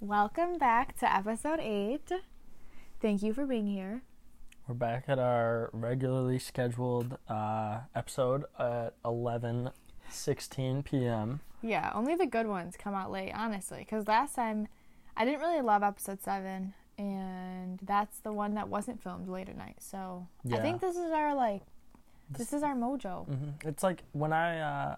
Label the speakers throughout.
Speaker 1: Welcome back to episode eight. Thank you for being here.
Speaker 2: We're back at our regularly scheduled uh, episode at 11 16 p.m.
Speaker 1: Yeah, only the good ones come out late, honestly, because last time I didn't really love episode seven, and that's the one that wasn't filmed late at night. So I
Speaker 2: Yeah.
Speaker 1: think this is our like, this is our mojo.
Speaker 2: Mm-hmm. It's like when I, uh,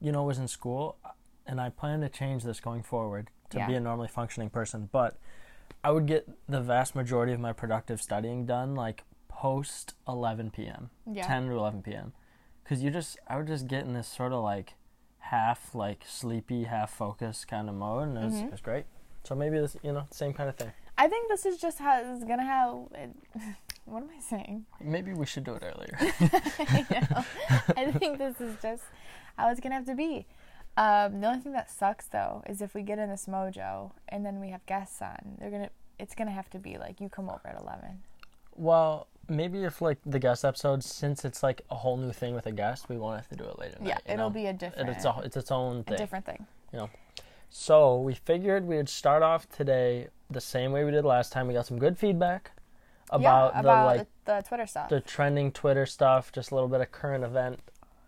Speaker 2: you know, was in school, uh, and I plan to change this going forward to
Speaker 1: Yeah.
Speaker 2: be a normally functioning person, but I would get the vast majority of my productive studying done like post 11 p.m.
Speaker 1: Yeah.
Speaker 2: 10 to 11 p.m. Because you just, I would just get in this sort of like half like sleepy, half focused kind of mode, and it
Speaker 1: Mm-hmm.
Speaker 2: was, it was great. So maybe this, you know, same kind of thing.
Speaker 1: I think this is just how it's gonna how. It, what am I saying?
Speaker 2: Maybe we should do it earlier.
Speaker 1: I know. I think this is just how it's gonna have to be. Um, the only thing that sucks though is if we get in this mojo and then we have guests on, they're gonna. It's gonna have to be like you come over at eleven.
Speaker 2: Well, maybe if like the guest episode, since it's like a whole new thing with a guest, we won't have to do it later.
Speaker 1: Yeah,
Speaker 2: night, uh, you
Speaker 1: it'll
Speaker 2: know?
Speaker 1: be a
Speaker 2: It,
Speaker 1: different,
Speaker 2: it's a, it's its own
Speaker 1: a
Speaker 2: thing.
Speaker 1: different thing.
Speaker 2: You know. So we figured we would start off today the same way we did last time. We got some good feedback about,
Speaker 1: yeah, about
Speaker 2: the like
Speaker 1: the, the Twitter stuff.
Speaker 2: the trending Twitter stuff, just a little bit of current event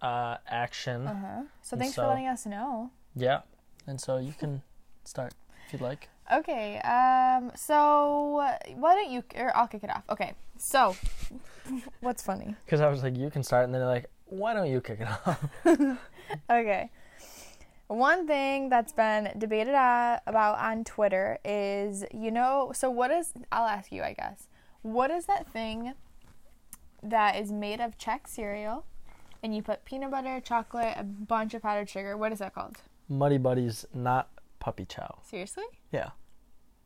Speaker 2: uh, action.
Speaker 1: uh-huh. So
Speaker 2: and
Speaker 1: thanks for
Speaker 2: so-
Speaker 1: letting us know.
Speaker 2: Yeah, and so you can start if you'd like.
Speaker 1: Okay, um, so uh, why don't you? Or I'll kick it off. Okay, so what's funny?
Speaker 2: Because I was like, you can start, and then they're like, why don't you kick it off?
Speaker 1: Okay. One thing that's been debated uh, about on Twitter is, you know, so what is, I'll ask you, I guess. What is that thing that is made of Czech cereal and you put peanut butter, chocolate, a bunch of powdered sugar? What is that called?
Speaker 2: Muddy Buddies, not Puppy Chow.
Speaker 1: Seriously?
Speaker 2: Yeah,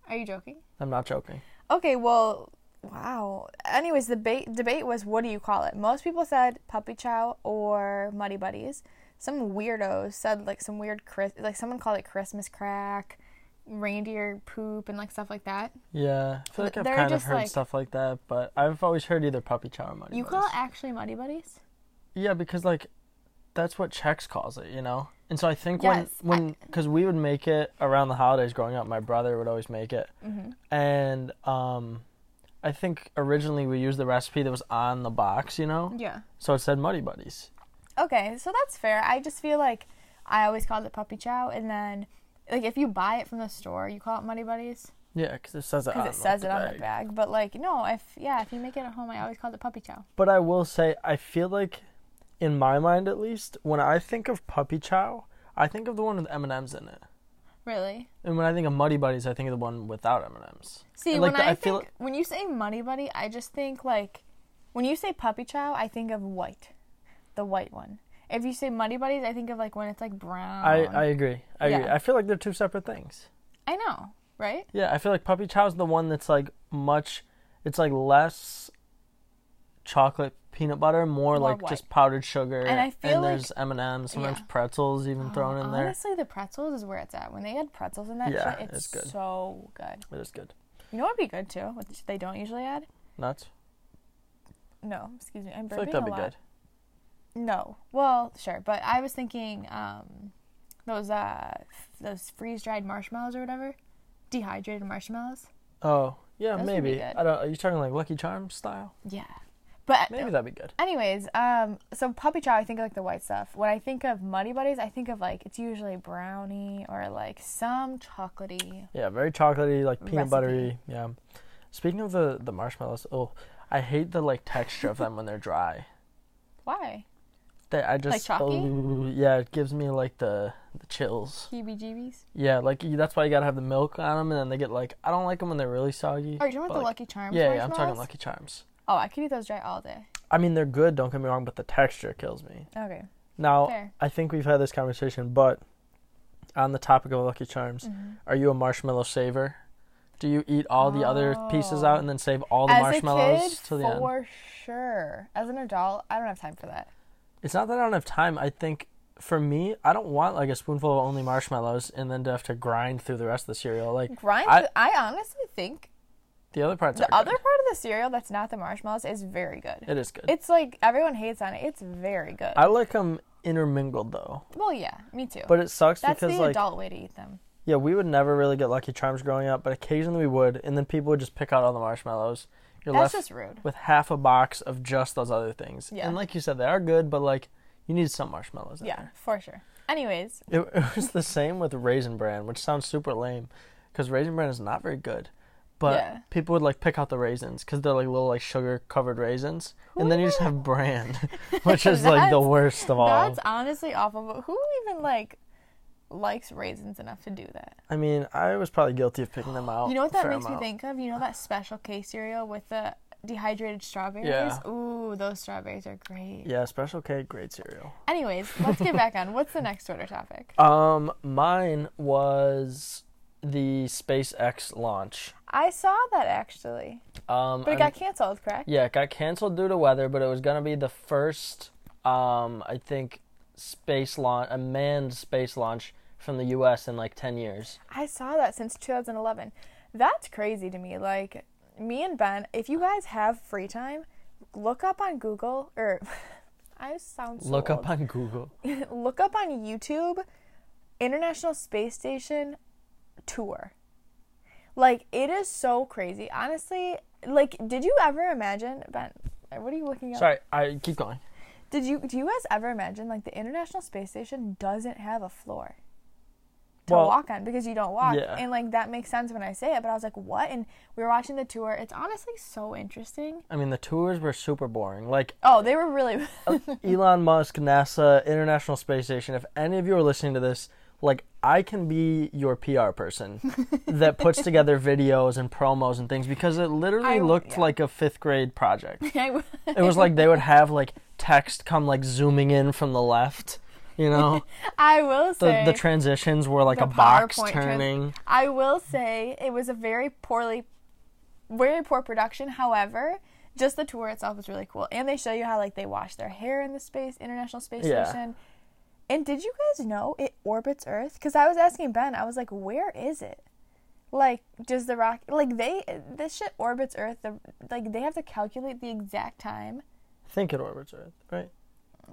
Speaker 1: Are you joking?
Speaker 2: I'm not joking.
Speaker 1: Okay, well, wow. Anyways, the debate debate was what do you call it? Most people said puppy chow or muddy buddies. Some weirdos said like some weird Chris, like someone called it Christmas crack, reindeer poop, and like stuff like that.
Speaker 2: Yeah, I feel like I've
Speaker 1: They're
Speaker 2: kind of
Speaker 1: just
Speaker 2: heard
Speaker 1: like-
Speaker 2: stuff like that, but I've always heard either puppy chow or muddy
Speaker 1: You
Speaker 2: Buddies.
Speaker 1: call it actually muddy buddies?
Speaker 2: Yeah, because like that's what Czechs calls it, you know. And so I think
Speaker 1: Yes, I-
Speaker 2: when when because we would make it around the holidays growing up, my brother would always make it,
Speaker 1: Mm-hmm.
Speaker 2: and um, I think originally we used the recipe that was on the box, you know.
Speaker 1: Yeah.
Speaker 2: So it said Muddy Buddies.
Speaker 1: Okay, so that's fair. I just feel like I always called it puppy chow, and then like if you buy it from the store, you call it muddy buddies
Speaker 2: Yeah, because it says it.
Speaker 1: because
Speaker 2: on
Speaker 1: it says
Speaker 2: the
Speaker 1: it on
Speaker 2: bag.
Speaker 1: the bag. But like no, if yeah, if you make it at home, I always called it puppy chow.
Speaker 2: But I will say, I feel like, in my mind at least, when I think of puppy chow, I think of the one with M and M's in it.
Speaker 1: Really?
Speaker 2: And when I think of Muddy Buddies, I think of the one without M and M's.
Speaker 1: See, when
Speaker 2: like, the-
Speaker 1: I,
Speaker 2: I feel-
Speaker 1: think when you say money buddy, I just think like when you say puppy chow, I think of white, the white one. If you say muddy buddies, I think of like when it's like brown.
Speaker 2: I, I agree. I agree.
Speaker 1: Yeah.
Speaker 2: I feel like they're two separate things.
Speaker 1: I know, right?
Speaker 2: Yeah, I feel like Puppy Chow's the one that's like much. It's like less chocolate peanut butter, more,
Speaker 1: More
Speaker 2: like
Speaker 1: white.
Speaker 2: just powdered sugar.
Speaker 1: And I feel like-
Speaker 2: there's M and M's, sometimes
Speaker 1: Yeah. Oh,
Speaker 2: pretzels even thrown in there.
Speaker 1: Honestly, the pretzels is where it's at. When they add pretzels in that
Speaker 2: Yeah,
Speaker 1: shit, it's,
Speaker 2: it's good.
Speaker 1: so good.
Speaker 2: It is good.
Speaker 1: You know what'd be good too, which they don't usually add.
Speaker 2: Nuts.
Speaker 1: No, excuse me, I'm burping
Speaker 2: I feel like that'd
Speaker 1: a
Speaker 2: be
Speaker 1: lot.
Speaker 2: good.
Speaker 1: No, well, sure, but I was thinking um, those uh, f- those freeze dried marshmallows or whatever, dehydrated marshmallows.
Speaker 2: Oh yeah,
Speaker 1: Those would be
Speaker 2: maybe.
Speaker 1: good.
Speaker 2: I don't. Are you talking like Lucky Charms style?
Speaker 1: Yeah, but uh,
Speaker 2: Maybe that'd be good.
Speaker 1: Anyways, um, so puppy chow, I think of, like the white stuff. When I think of muddy buddies, I think of like it's usually brownie or like some chocolatey.
Speaker 2: Yeah, very chocolatey, like peanut
Speaker 1: Recipe.
Speaker 2: buttery. Yeah. Speaking of the the marshmallows, oh, I hate the like texture of them when they're dry.
Speaker 1: Why?
Speaker 2: They, I just
Speaker 1: chalky?
Speaker 2: oh, yeah, it gives me like the the chills.
Speaker 1: Heebie-jeebies.
Speaker 2: Yeah, like you- that's why you gotta have the milk on them, and then they get like I don't like them when they're really soggy.
Speaker 1: Are you talking
Speaker 2: but,
Speaker 1: about the
Speaker 2: like-
Speaker 1: Lucky Charms?
Speaker 2: Yeah, yeah, I'm talking
Speaker 1: marshmallows?
Speaker 2: Lucky Charms.
Speaker 1: Oh, I could eat those dry all day.
Speaker 2: I mean, they're good. Don't get me wrong, but the texture kills me.
Speaker 1: Okay.
Speaker 2: Now,
Speaker 1: Fair.
Speaker 2: I think we've had this conversation, but on the topic of Lucky Charms,
Speaker 1: Mm-hmm.
Speaker 2: are you a marshmallow saver? Do you eat all the other pieces
Speaker 1: Oh.
Speaker 2: out and then save all the
Speaker 1: As
Speaker 2: marshmallows
Speaker 1: a kid,
Speaker 2: till the end?
Speaker 1: for sure. As an adult, I don't have time for that.
Speaker 2: It's not that I don't have time. I think for me, I don't want like a spoonful of only marshmallows and then to have to grind through the rest of the cereal. Like
Speaker 1: Grind.
Speaker 2: I-
Speaker 1: I, I honestly think
Speaker 2: the other parts.
Speaker 1: the
Speaker 2: are
Speaker 1: other
Speaker 2: good.
Speaker 1: part of the cereal that's not the marshmallows is very good.
Speaker 2: It is good.
Speaker 1: it's like everyone hates on it. It's very good.
Speaker 2: I like them intermingled though,
Speaker 1: well, yeah, me too.
Speaker 2: but it sucks
Speaker 1: That's the
Speaker 2: because like
Speaker 1: adult way to eat them.
Speaker 2: Yeah, we would never really get Lucky Charms growing up, but occasionally we would, and then people would just pick out all the marshmallows. You're
Speaker 1: That's
Speaker 2: left
Speaker 1: just rude.
Speaker 2: with half a box of just those other things.
Speaker 1: Yeah.
Speaker 2: And like you said, they are good, but like you need some marshmallows. In
Speaker 1: Yeah, for sure. Anyways,
Speaker 2: There. It, it was the same with Raisin Bran, which sounds super lame, because Raisin Bran is not very good. But
Speaker 1: Yeah.
Speaker 2: people would like pick out the raisins because they're like little like sugar covered raisins, and then you just have bran, which is like the
Speaker 1: That's-
Speaker 2: worst of all.
Speaker 1: that's honestly awful. But who even like likes raisins enough to do that?
Speaker 2: I mean, I was probably guilty of picking them out.
Speaker 1: You know what
Speaker 2: a
Speaker 1: that
Speaker 2: Oh, fair
Speaker 1: makes me
Speaker 2: amount.
Speaker 1: think of? You know that special K cereal with the dehydrated strawberries?
Speaker 2: Yeah.
Speaker 1: Ooh, those strawberries are great.
Speaker 2: Yeah, Special K, great cereal.
Speaker 1: Anyways, let's get back on. What's the next order topic?
Speaker 2: Um, mine was the SpaceX launch.
Speaker 1: I saw that actually,
Speaker 2: Um,
Speaker 1: but it
Speaker 2: I'm-
Speaker 1: got canceled, correct?
Speaker 2: Yeah, it got canceled due to weather, but it was gonna be the first, um, I think, space launch, a manned space launch from the U.S. in like ten years.
Speaker 1: I saw that since 2011. That's crazy to me. Like, me and Ben, if you guys have free time, look up on Google or I sound so
Speaker 2: Look
Speaker 1: old.
Speaker 2: up on Google.
Speaker 1: look up on YouTube International Space Station tour. Like it is so crazy. Honestly, like did you ever imagine Ben what are you looking up?
Speaker 2: Sorry, I keep going.
Speaker 1: Did you do you guys ever imagine like the International Space Station doesn't have a floor to
Speaker 2: Well,
Speaker 1: walk on because you don't walk.
Speaker 2: yeah.
Speaker 1: And like that makes sense when I say it, but I was like, what? And we were watching the tour. It's honestly so interesting.
Speaker 2: I mean, the tours were super boring. Like
Speaker 1: Oh, they were really
Speaker 2: Elon Musk, NASA, International Space Station. If any of you are listening to this, like I can be your PR person that puts together videos and promos and things because it literally
Speaker 1: I-
Speaker 2: looked
Speaker 1: yeah.
Speaker 2: like a fifth grade project.
Speaker 1: I-
Speaker 2: It was like they would have like text come like zooming in from the left, you know.
Speaker 1: I will
Speaker 2: The
Speaker 1: say
Speaker 2: the transitions were like
Speaker 1: The
Speaker 2: a box
Speaker 1: PowerPoint trans-
Speaker 2: turning.
Speaker 1: I will say it was a very poorly, very poor production. However, just the tour itself was really cool, and they show you how like they wash their hair in the space International Space
Speaker 2: Yeah.
Speaker 1: Station. And did you guys know it orbits Earth? Because I was asking Ben, I was like, "Where is it? Like, does the rock like they this shit orbits Earth? The like they have to calculate the exact time."
Speaker 2: I think it orbits Earth, right?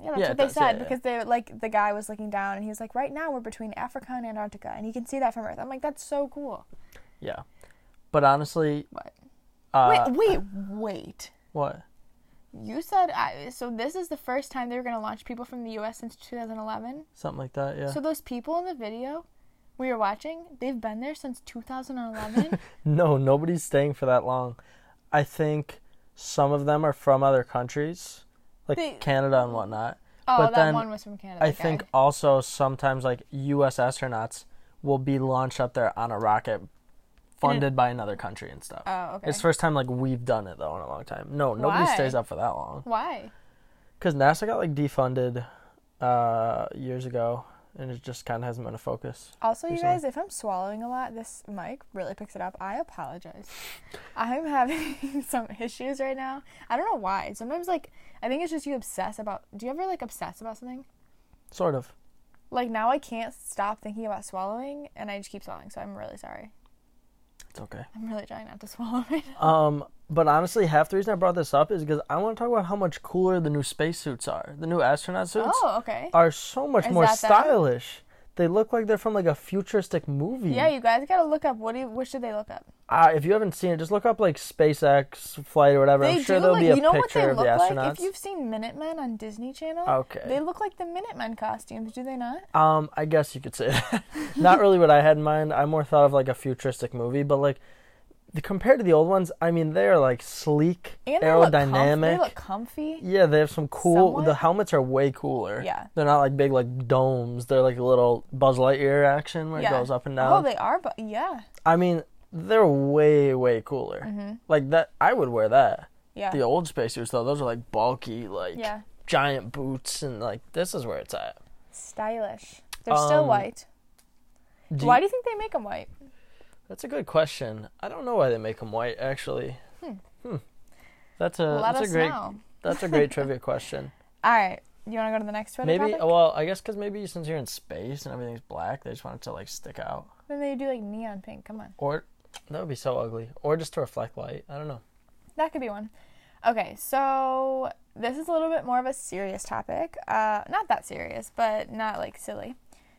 Speaker 1: Yeah, that's
Speaker 2: Yeah,
Speaker 1: what
Speaker 2: it
Speaker 1: they
Speaker 2: does. Yeah,
Speaker 1: said
Speaker 2: yeah.
Speaker 1: because they like the guy was looking down and he was like, "Right now we're between Africa and Antarctica, and he can see that from Earth." I'm like, "That's so cool."
Speaker 2: Yeah. But honestly,
Speaker 1: What?
Speaker 2: uh,
Speaker 1: Wait, wait, wait.
Speaker 2: what?
Speaker 1: You said I, so. This is the first time they were going to launch people from the U.S. since 2011.
Speaker 2: Something like that, yeah.
Speaker 1: So those people in the video we were watching, they've been there since 2011.
Speaker 2: No, nobody's staying for that long. I think some of them are from other countries, like
Speaker 1: They-
Speaker 2: Canada and whatnot.
Speaker 1: oh,
Speaker 2: But
Speaker 1: that
Speaker 2: then
Speaker 1: one was from Canada.
Speaker 2: I
Speaker 1: guy.
Speaker 2: think also sometimes like U.S. astronauts will be launched up there on a rocket, funded by another country and stuff.
Speaker 1: Oh, okay.
Speaker 2: It's first time like we've done it though in a long time. No, nobody
Speaker 1: Why?
Speaker 2: stays up for that long
Speaker 1: Why?
Speaker 2: because NASA got like defunded uh, years ago, and it just kind of hasn't been a focus.
Speaker 1: Also, you
Speaker 2: You're sorry.
Speaker 1: guys, if I'm swallowing a lot, this mic really picks it up. I apologize. I'm having some issues right now. I don't know why. Sometimes, like, I think it's just you obsess about. Do you ever like obsess about something?
Speaker 2: Sort of.
Speaker 1: Like now, I can't stop thinking about swallowing, and I just keep swallowing. So I'm really sorry.
Speaker 2: It's okay.
Speaker 1: I'm really trying not to swallow right now.
Speaker 2: Um, but honestly, half the reason I brought this up is because I want to talk about how much cooler the new spacesuits are. The new astronaut suits
Speaker 1: Oh, okay.
Speaker 2: are so much
Speaker 1: Is
Speaker 2: more
Speaker 1: that them?
Speaker 2: stylish. They look like they're from like a futuristic movie.
Speaker 1: Yeah, you guys gotta look up. What do you, what should they look up?
Speaker 2: uh, if you haven't seen it, just look up like SpaceX flight or whatever.
Speaker 1: They
Speaker 2: I'm sure
Speaker 1: do
Speaker 2: there'll
Speaker 1: like
Speaker 2: be a
Speaker 1: you know what
Speaker 2: picture
Speaker 1: they
Speaker 2: of the
Speaker 1: look like.
Speaker 2: astronauts. Oh,
Speaker 1: If you've seen Minutemen on Disney Channel,
Speaker 2: Okay.
Speaker 1: they look like the Minutemen costumes, do they not?
Speaker 2: Um, I guess you could say that. Not really what I had in mind. I more thought of like a futuristic movie, but like the, compared to the old ones, I mean they are like sleek,
Speaker 1: And they look comf-
Speaker 2: aerodynamic.
Speaker 1: They look comfy.
Speaker 2: yeah, they have some cool.
Speaker 1: Somewhat.
Speaker 2: The helmets are way cooler.
Speaker 1: Yeah.
Speaker 2: they're not like big like domes. They're like little Buzz Lightyear action where
Speaker 1: Yeah.
Speaker 2: it goes up and
Speaker 1: Oh,
Speaker 2: down.
Speaker 1: they are, but yeah,
Speaker 2: I mean they're way way cooler. Like that, I would wear that.
Speaker 1: Mm-hmm. yeah,
Speaker 2: The old spacesuits though, those are like bulky, like
Speaker 1: Yeah.
Speaker 2: giant boots, and like this is where it's at.
Speaker 1: stylish. They're still
Speaker 2: Um,
Speaker 1: white.
Speaker 2: Do
Speaker 1: Why
Speaker 2: you-
Speaker 1: do you think they make them white?
Speaker 2: That's a good question. I don't know why they make them white, actually. Hmm. That's a
Speaker 1: Let
Speaker 2: Uh, that's
Speaker 1: us
Speaker 2: a great
Speaker 1: know.
Speaker 2: that's a great trivia question.
Speaker 1: All right, you want to go to the next Twitter
Speaker 2: Maybe
Speaker 1: topic?
Speaker 2: well, I guess because maybe since you're in space and everything's black, they just want it to like stick out,
Speaker 1: Then they do like neon pink. Come on,
Speaker 2: or that would be so ugly, or just to reflect light. I don't know.
Speaker 1: that could be one. Okay, so this is a little bit more of a serious topic. Uh, not that serious, but not like silly.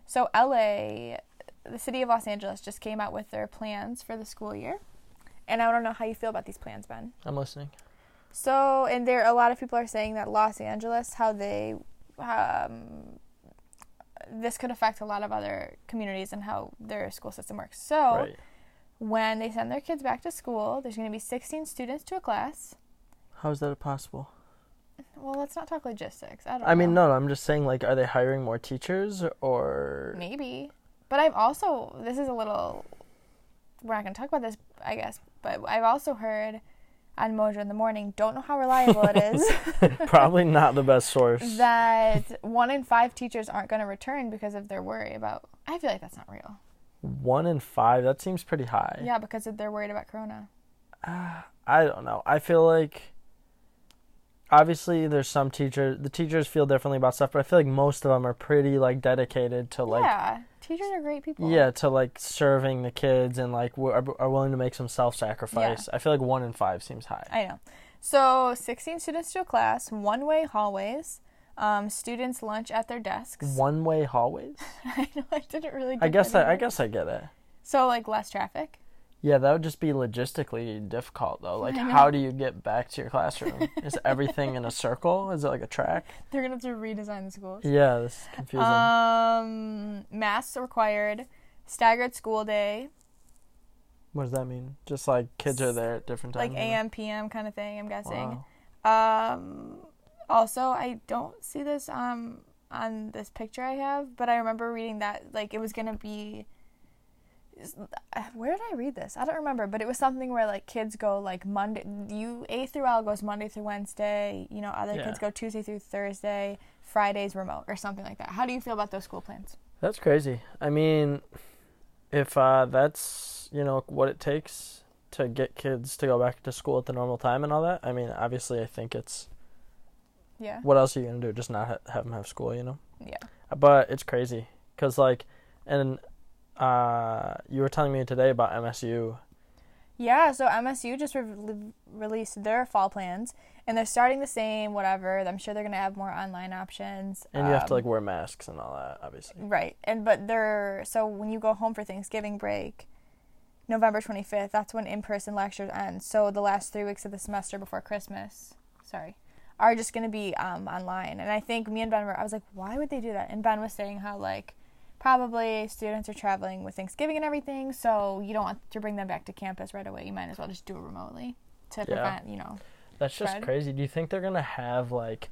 Speaker 1: So LA, the city of Los Angeles just came out with their plans for the school year. And I don't know how you feel about these plans, Ben.
Speaker 2: I'm listening.
Speaker 1: So, and there a lot of people are saying that Los Angeles, how they, um, this could affect a lot of other communities and how their school system works. So,
Speaker 2: right.
Speaker 1: when they send their kids back to school, there's going to be 16 students to a class.
Speaker 2: How is that possible?
Speaker 1: Well, let's not talk logistics. I don't.
Speaker 2: I mean,
Speaker 1: know.
Speaker 2: no, no, I'm just saying, like, are they hiring more teachers or.
Speaker 1: Maybe, but I've also this is a little. We're not going to talk about this, I guess. But I've also heard on Mojo in the morning. Don't know how reliable it is.
Speaker 2: Probably not the best source.
Speaker 1: that one in five teachers aren't going to return because of their worry about. I feel like that's not real.
Speaker 2: One in five, that seems pretty high.
Speaker 1: Yeah, because of- they're worried about Corona.
Speaker 2: I don't know. I feel like obviously there's some teachers the teachers feel differently about stuff, but I feel like most of them are pretty like dedicated to like
Speaker 1: yeah, teachers are great people.
Speaker 2: yeah, to like serving the kids and like w- are, are willing to make some self-sacrifice. I feel like 1 in 5 seems high.
Speaker 1: I know. So 16 students to a class, one way hallways. Um, students lunch at their desks.
Speaker 2: One-way hallways?
Speaker 1: I know I didn't really.
Speaker 2: I
Speaker 1: get
Speaker 2: guess
Speaker 1: that
Speaker 2: I, I
Speaker 1: either.
Speaker 2: guess I get it.
Speaker 1: So like less traffic.
Speaker 2: Yeah, that would just be logistically difficult though. Like how do you get back to your classroom? Is everything in a circle? Is it like a track?
Speaker 1: They're gonna have to redesign the schools.
Speaker 2: Yeah, this is confusing.
Speaker 1: Uh, Um, masks are required. Staggered school day,
Speaker 2: what does that mean? Just like kids are there at different
Speaker 1: like
Speaker 2: times. you know?
Speaker 1: AM, PM kind of thing. I'm guessing.
Speaker 2: Wow.
Speaker 1: Um, also, I don't see this um on this picture I have, but I remember reading that like it was gonna be. is- uh, Where did I read this? I don't remember, but it was something where like kids go like Monday. You A through L goes Monday through Wednesday. You know, other
Speaker 2: Yeah.
Speaker 1: kids go Tuesday through Thursday. Fridays remote or something like that. How do you feel about those school plans?
Speaker 2: That's crazy. I mean, if uh, that's you know what it takes to get kids to go back to school at the normal time and all that, I mean, obviously, I think it's
Speaker 1: Yeah.
Speaker 2: what else are you gonna do? Just not ha- have them have school, you know?
Speaker 1: Yeah.
Speaker 2: But it's crazy because like, and uh, you were telling me today about MSU.
Speaker 1: Yeah, so MSU just re- released their fall plans, and they're starting the same, whatever. I'm sure they're gonna have more online options.
Speaker 2: And you have to
Speaker 1: um,
Speaker 2: like wear masks and all that, obviously.
Speaker 1: right, and but they're so when you go home for Thanksgiving break, November 25th, that's when in-person lectures end. So the last three weeks of the semester before Christmas, sorry, are just gonna be um, online. And I think me and Ben were, I was like, why would they do that? And Ben was saying how like. Probably students are traveling with Thanksgiving and everything, so you don't want to bring them back to campus right away. You might as well just do it remotely to prevent, you know,
Speaker 2: That's just
Speaker 1: Fred?
Speaker 2: crazy. Do you think they're gonna have like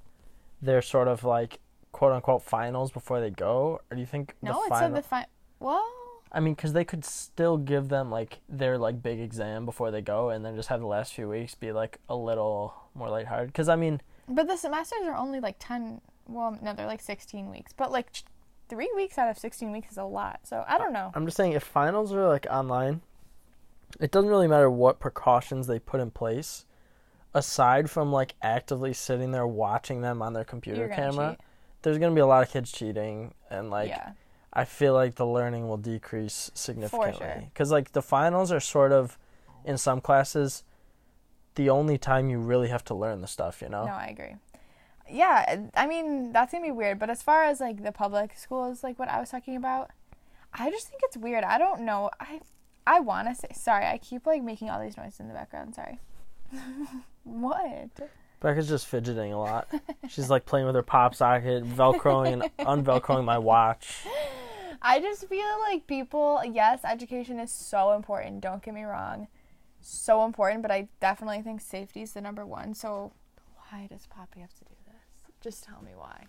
Speaker 2: their sort of like quote unquote finals before they go, or do you think
Speaker 1: No,
Speaker 2: the
Speaker 1: it said
Speaker 2: final?
Speaker 1: the fi- Well,
Speaker 2: I mean, because they could still give them like their like big exam before they go, and then just have the last few weeks be like a little more lighthearted. Because I mean,
Speaker 1: but the semesters are only like ten. Well, no, they're like sixteen weeks. But like ch- three weeks out of sixteen weeks is a lot. So I don't know.
Speaker 2: I'm just saying if finals are like online, it doesn't really matter what precautions they put in place, aside from like actively sitting there watching them on their computer
Speaker 1: You're gonna
Speaker 2: camera.
Speaker 1: cheat.
Speaker 2: There's gonna be a lot of kids cheating, and like
Speaker 1: yeah,
Speaker 2: I feel like the learning will decrease significantly
Speaker 1: sure.
Speaker 2: because like the finals are sort of in some classes the only time you really have to learn the stuff, you know.
Speaker 1: no, I agree. Yeah, I mean that's gonna be weird. But as far as like the public schools, like what I was talking about, I just think it's weird. I don't know. I I want to say sorry. I keep like making all these noises in the background. Sorry. what?
Speaker 2: Becca's just fidgeting a lot. She's like playing with her pop socket, velcroing and unvelcroing my watch.
Speaker 1: I just feel like people, yes, education is so important. Don't get me wrong. So important, but I definitely think safety is the number one. So why does Poppy have to do this? Just tell me why.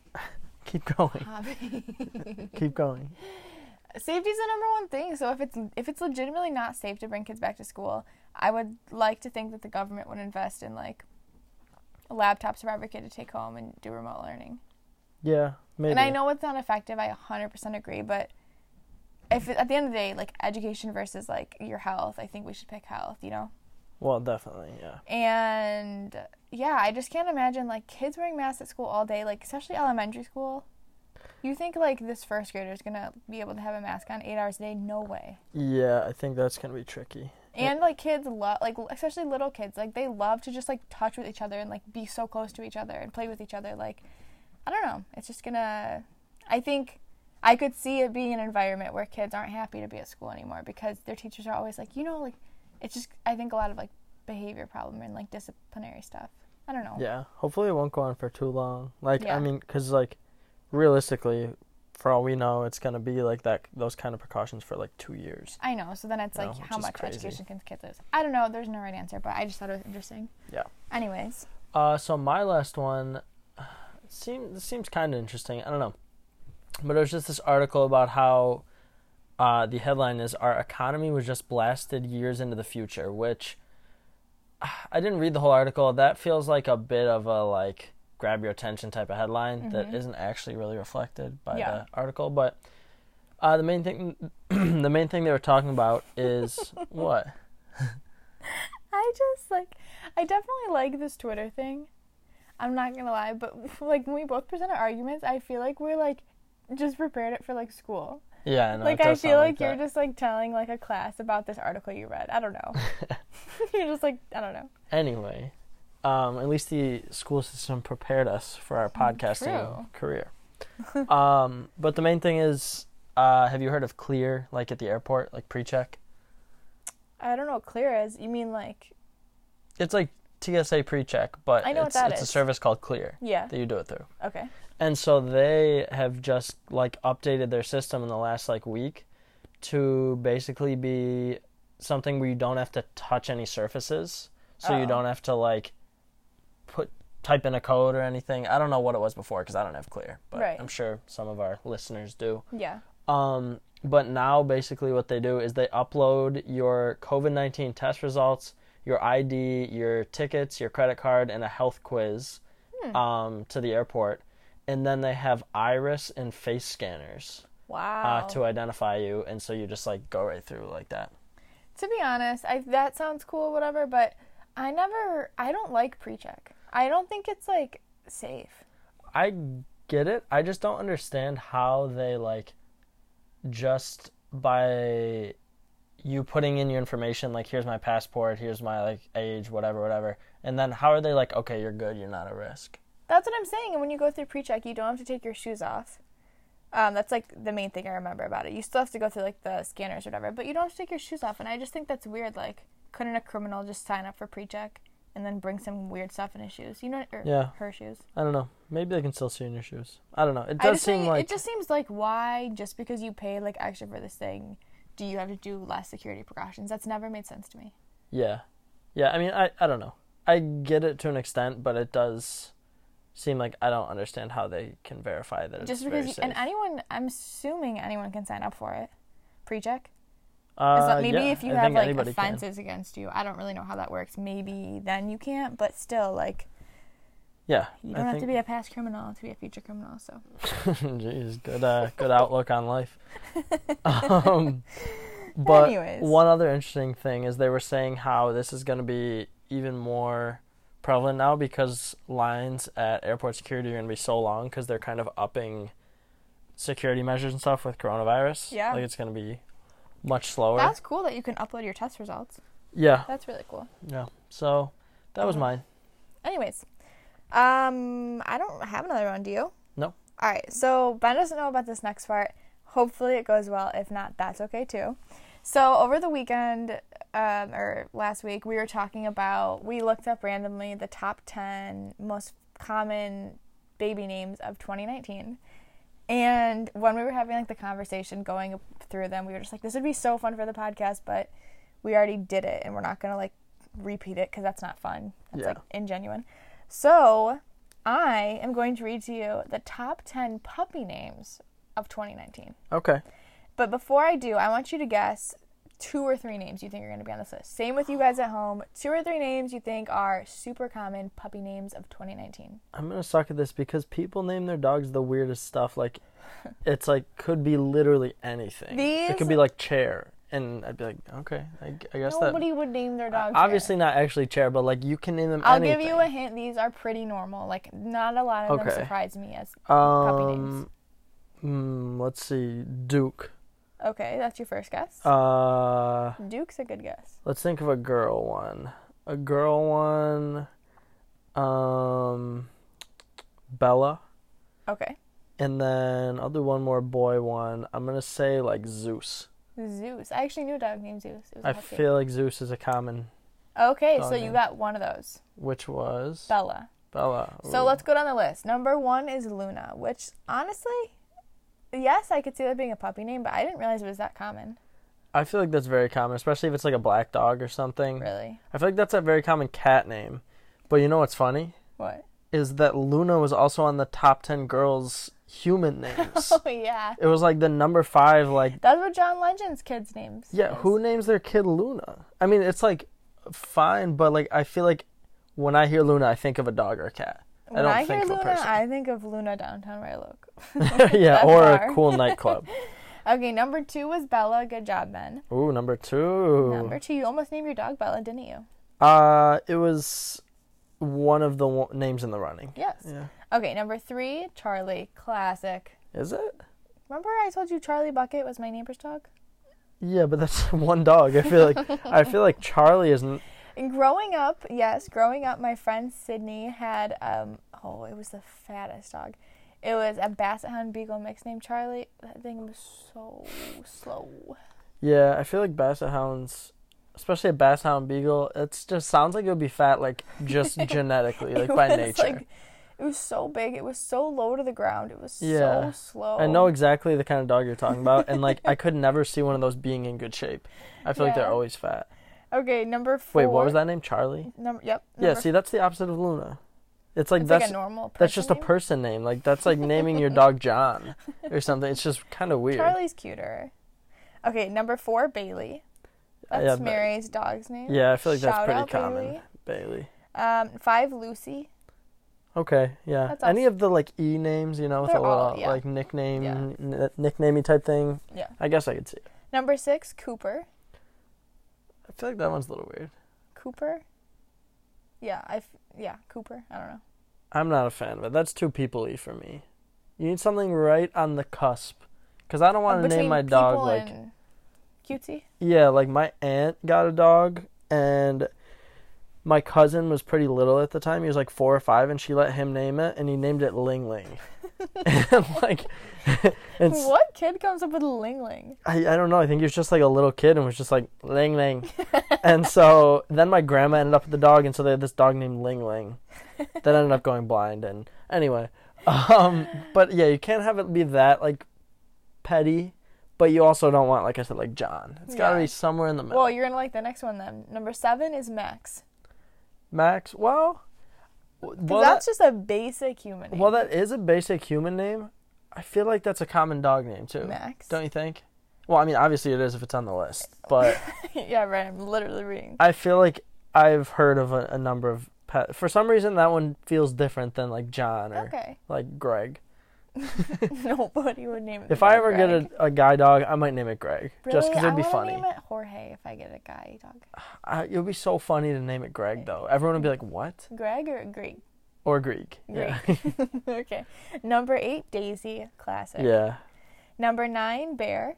Speaker 2: Keep going.
Speaker 1: Poppy.
Speaker 2: Keep going.
Speaker 1: safety is the number one thing. So if it's if it's legitimately not safe to bring kids back to school, I would like to think that the government would invest in like laptops for every kid to take home and do remote learning.
Speaker 2: Yeah, maybe.
Speaker 1: And I know it's not effective. I 100% agree. But if at the end of the day, like education versus like your health, I think we should pick health. You know.
Speaker 2: Well, definitely, yeah.
Speaker 1: And yeah, I just can't imagine like kids wearing masks at school all day, like especially elementary school. You think like this first grader is gonna be able to have a mask on eight hours a day? No way.
Speaker 2: Yeah, I think that's gonna be tricky.
Speaker 1: And like kids love, like especially little kids, like they love to just like touch with each other and like be so close to each other and play with each other. Like, I don't know. It's just gonna. I think I could see it being an environment where kids aren't happy to be at school anymore because their teachers are always like, you know, like it's just I think a lot of like behavior problem and like disciplinary stuff. I don't know.
Speaker 2: Yeah. Hopefully it won't go on for too long. Like
Speaker 1: Yeah.
Speaker 2: I mean, because like realistically, for all we know, it's gonna be like that. Those kind of precautions for like two years.
Speaker 1: I know. So then it's
Speaker 2: No,
Speaker 1: like
Speaker 2: which
Speaker 1: how
Speaker 2: is
Speaker 1: much
Speaker 2: crazy.
Speaker 1: education can kids lose? I don't know. There's no right answer, but I just thought it was interesting.
Speaker 2: Yeah.
Speaker 1: Anyways,
Speaker 2: Uh, so my last one seems seems kind of interesting. I don't know, but it was just this article about how uh, the headline is "Our economy was just blasted years into the future," which ah, I didn't read the whole article. That feels like a bit of a like grab your attention type of headline that isn't actually really reflected by
Speaker 1: Mm-hmm. Yeah.
Speaker 2: the article. But uh, the main thing the main thing they were talking about is what
Speaker 1: I just like I definitely like this Twitter thing. I'm not gonna lie, but like when we both present our arguments, I feel like we're like just prepared it for like school.
Speaker 2: yeah I know,
Speaker 1: like
Speaker 2: it
Speaker 1: I
Speaker 2: does
Speaker 1: feel
Speaker 2: sound
Speaker 1: like, you're
Speaker 2: that.
Speaker 1: just like telling like a class about this article you read. I don't know. you're just like I don't know.
Speaker 2: Anyway, um, at least the school system prepared us for our
Speaker 1: Mm,
Speaker 2: podcasting career. um, but the main thing is, uh, have you heard of Clear? Like at the airport, like pre-check.
Speaker 1: I don't know what clear is. You mean like
Speaker 2: It's like TSA pre-check, but
Speaker 1: I know what
Speaker 2: it's,
Speaker 1: that
Speaker 2: it's a
Speaker 1: is.
Speaker 2: service called Clear
Speaker 1: yeah.
Speaker 2: that you do it through.
Speaker 1: Okay.
Speaker 2: And so they have just like updated their system in the last like week to basically be something where you don't have to touch any surfaces. So
Speaker 1: Oh.
Speaker 2: you don't have to like put type in a code or anything. I don't know what it was before because I don't have clear, but
Speaker 1: Right.
Speaker 2: I'm sure some of our listeners do.
Speaker 1: Yeah.
Speaker 2: Um, but now basically what they do is they upload your COVID 19 test results, your ID, your tickets, your credit card, and a health quiz um, to the airport. And then they have iris and face scanners
Speaker 1: Wow.
Speaker 2: uh, to identify you. And so you just like go right through like that.
Speaker 1: To be honest, I that sounds cool, whatever. But I never. I don't like pre-check. I don't think it's like safe.
Speaker 2: I get it. I just don't understand how they like just by you putting in your information like here's my passport, here's my like age, whatever, whatever. And then how are they like okay, you're good, you're not a risk.
Speaker 1: That's what I'm saying. And when you go through pre-check, you don't have to take your shoes off. Um, that's like the main thing I remember about it. You still have to go through like the scanners or whatever, but you don't have to take your shoes off. And I just think that's weird. Like, couldn't a criminal just sign up for pre-check and then bring some weird stuff in his shoes? You know, or
Speaker 2: Yeah.
Speaker 1: her shoes.
Speaker 2: I don't know. Maybe they can still see in your shoes. I don't know. It
Speaker 1: I
Speaker 2: does
Speaker 1: just
Speaker 2: seem
Speaker 1: think
Speaker 2: like
Speaker 1: it just seems like why just because you paid like extra for this thing, do you have to do less security precautions? That's never made sense to me.
Speaker 2: yeah. Yeah, I mean I I don't know. I get it to an extent, but it does seem like I don't understand how they can verify that
Speaker 1: just
Speaker 2: it's very
Speaker 1: because you, and
Speaker 2: safe.
Speaker 1: anyone i'm assuming anyone can sign up for it pre-check Is
Speaker 2: uh,
Speaker 1: that- maybe
Speaker 2: yeah,
Speaker 1: if you
Speaker 2: I
Speaker 1: have
Speaker 2: think
Speaker 1: like
Speaker 2: anybody can.
Speaker 1: offenses against you i don't really know how that works maybe then you can't but still like
Speaker 2: Yeah.
Speaker 1: you
Speaker 2: I
Speaker 1: don't have
Speaker 2: think-
Speaker 1: to be a past criminal to be a future criminal so
Speaker 2: Jeez, good uh, good outlook on life. Um, but
Speaker 1: Anyways.
Speaker 2: one other interesting thing is they were saying how this is going to be even more prevalent now because lines at airport security are going to be so long because they're kind of upping security measures and stuff with coronavirus.
Speaker 1: Yeah.
Speaker 2: like it's going to be much slower.
Speaker 1: that's cool that you can upload your test results
Speaker 2: yeah,
Speaker 1: that's really cool
Speaker 2: yeah. So that was mine.
Speaker 1: anyways um i don't have another one do you
Speaker 2: No.
Speaker 1: all right so ben doesn't know about this next part hopefully it goes well if not that's okay too so over the weekend um, or last week we were talking about we looked up randomly the top 10 most common baby names of 2019 and when we were having like the conversation going through them we were just like this would be so fun for the podcast but we already did it and we're not gonna like repeat it because that's not fun that's
Speaker 2: Yeah.
Speaker 1: like ingenuine so i am going to read to you the top 10 puppy names of 2019
Speaker 2: Okay.
Speaker 1: but before I do, I want you to guess two or three names you think are going to be on this list. Same with you guys at home. Two or three names you think are super common puppy names of 2019.
Speaker 2: I'm gonna suck at this because people name their dogs the weirdest stuff. Like, it's like could be literally anything. It could
Speaker 1: These-
Speaker 2: be like chair, and I'd be like, okay, I, g- I guess
Speaker 1: Nobody would name their dog.
Speaker 2: that. Obviously, not actually chair, but like you can name them.
Speaker 1: I'll
Speaker 2: anything.
Speaker 1: give you a hint. These are pretty normal. Like not a lot of them
Speaker 2: Okay.
Speaker 1: surprise me as
Speaker 2: um,
Speaker 1: puppy names.
Speaker 2: mm, let's see, Duke.
Speaker 1: Okay, that's your first guess.
Speaker 2: Uh,
Speaker 1: Duke's a good guess.
Speaker 2: let's think of a girl one. A girl one. Um, Bella.
Speaker 1: Okay.
Speaker 2: And then I'll do one more boy one. I'm gonna say like Zeus.
Speaker 1: Zeus. I actually knew a dog named Zeus. It was a
Speaker 2: I
Speaker 1: husky.
Speaker 2: feel like Zeus is a common,
Speaker 1: Okay,
Speaker 2: dog
Speaker 1: so you
Speaker 2: name.
Speaker 1: got one of those.
Speaker 2: which was
Speaker 1: Bella.
Speaker 2: Bella.
Speaker 1: So
Speaker 2: Ooh.
Speaker 1: let's go down the list. Number one is Luna, which honestly, yes, I could see that being a puppy name, but I didn't realize it was that common.
Speaker 2: I feel like that's very common, especially if it's like a black dog or something.
Speaker 1: Really?
Speaker 2: I feel like that's a very common cat name. But you know what's funny
Speaker 1: What?
Speaker 2: is that Luna was also on the top ten girls' human names.
Speaker 1: Oh yeah,
Speaker 2: it was like the number five. Like
Speaker 1: that's what John Legend's kids' names.
Speaker 2: yeah,
Speaker 1: is.
Speaker 2: who names their kid Luna? I mean, it's like fine, but like I feel like when I hear Luna, I think of a dog or a cat.
Speaker 1: When
Speaker 2: I
Speaker 1: I, hear
Speaker 2: don't think of a
Speaker 1: Luna,
Speaker 2: person.
Speaker 1: I think of Luna downtown where I look.
Speaker 2: yeah,
Speaker 1: That
Speaker 2: or a
Speaker 1: far.
Speaker 2: cool nightclub.
Speaker 1: Okay, number two was Bella. Good job, Ben.
Speaker 2: Ooh, number two.
Speaker 1: Number two, you almost named your dog Bella, didn't you?
Speaker 2: Uh, it was one of the wo- names in the running.
Speaker 1: Yes.
Speaker 2: Yeah.
Speaker 1: Okay, number three, Charlie. Classic.
Speaker 2: Is it?
Speaker 1: Remember I told you Charlie Bucket was my neighbor's dog?
Speaker 2: Yeah, but that's one dog. I feel like I feel like Charlie isn't.
Speaker 1: And growing up, yes, growing up, my friend Sydney had um oh, it was the fattest dog. It was a basset hound beagle mix named Charlie. That thing was so slow.
Speaker 2: Yeah, I feel like Basset hounds, especially a Basset hound beagle, it just sounds like it would be fat, like just genetically, like
Speaker 1: it
Speaker 2: by
Speaker 1: was
Speaker 2: nature.
Speaker 1: like it was so big. It was so low to the ground. It was so
Speaker 2: Yeah.
Speaker 1: slow.
Speaker 2: I know exactly the kind of dog you're talking about, and like I could never see one of those being in good shape. I feel like they're
Speaker 1: Yeah.
Speaker 2: always fat.
Speaker 1: Okay, number four.
Speaker 2: Wait, what was that name? Charlie.
Speaker 1: Number yep.
Speaker 2: Yeah,
Speaker 1: number
Speaker 2: see, that's the opposite of Luna. It's like
Speaker 1: it's
Speaker 2: that's
Speaker 1: like a normal.
Speaker 2: that's just a
Speaker 1: person
Speaker 2: person name. Like that's like naming your dog John or something. It's just kind of weird.
Speaker 1: name. Charlie's cuter. Okay, number four, Bailey. That's
Speaker 2: Uh, Yeah, but-
Speaker 1: Mary's dog's name.
Speaker 2: Yeah, I feel like that's
Speaker 1: Shout
Speaker 2: pretty
Speaker 1: out,
Speaker 2: common.
Speaker 1: Bailey.
Speaker 2: Bailey.
Speaker 1: Um, five, Lucy.
Speaker 2: Okay, yeah.
Speaker 1: That's
Speaker 2: Any of the like e names, you know, with
Speaker 1: They're
Speaker 2: a little
Speaker 1: all- yeah.
Speaker 2: like nickname,
Speaker 1: Yeah.
Speaker 2: n- nicknamey type thing.
Speaker 1: Yeah.
Speaker 2: I guess I could see. It.
Speaker 1: Number six, Cooper.
Speaker 2: I feel like that one's a little weird.
Speaker 1: Cooper. Yeah, I f- yeah Cooper. I don't know.
Speaker 2: I'm not a fan of it. That's too people-y for me. You need something right on the cusp, because I don't want to
Speaker 1: Between
Speaker 2: name my dog
Speaker 1: people
Speaker 2: like
Speaker 1: and cutesy.
Speaker 2: yeah, like my aunt got a dog and. My cousin was pretty little at the time. He was like four or five, and she let him name it, and he named it Ling Ling. and like, it's,
Speaker 1: What kid comes up with Ling Ling?
Speaker 2: I, I don't know. I think he was just like a little kid and was just like Ling Ling. and so then my grandma ended up with the dog, and so they had this dog named Ling Ling that ended up going blind. And anyway, um, but yeah, you can't have it be that like petty, but you also don't want, like I said, like John. It's got to
Speaker 1: Yeah.
Speaker 2: be somewhere in the middle.
Speaker 1: Well, you're gonna like the next one then. Number seven is Max.
Speaker 2: Max, well, w-
Speaker 1: 'Cause
Speaker 2: well,
Speaker 1: that's
Speaker 2: that,
Speaker 1: just a basic human name.
Speaker 2: well, that is a basic human name. I feel like that's a common dog name too.
Speaker 1: Max.
Speaker 2: Don't you think? Well, I mean, obviously it is if it's on the list, but.
Speaker 1: yeah, right. I'm literally reading.
Speaker 2: I feel like I've heard of a, a number of pet. For some reason, that one feels different than like John or
Speaker 1: Okay.
Speaker 2: like Greg.
Speaker 1: Nobody would name it.
Speaker 2: If I ever get a, a guy dog, I might name it Greg, just because it'd be funny.
Speaker 1: Name it Jorge if I get a guy dog.
Speaker 2: I, it would be so funny to name it Greg though. Everyone would be like, "What?"
Speaker 1: Greg or Greek.
Speaker 2: Or Greek. Yeah.
Speaker 1: okay. Number eight, Daisy. Classic.
Speaker 2: yeah.
Speaker 1: Number nine, Bear.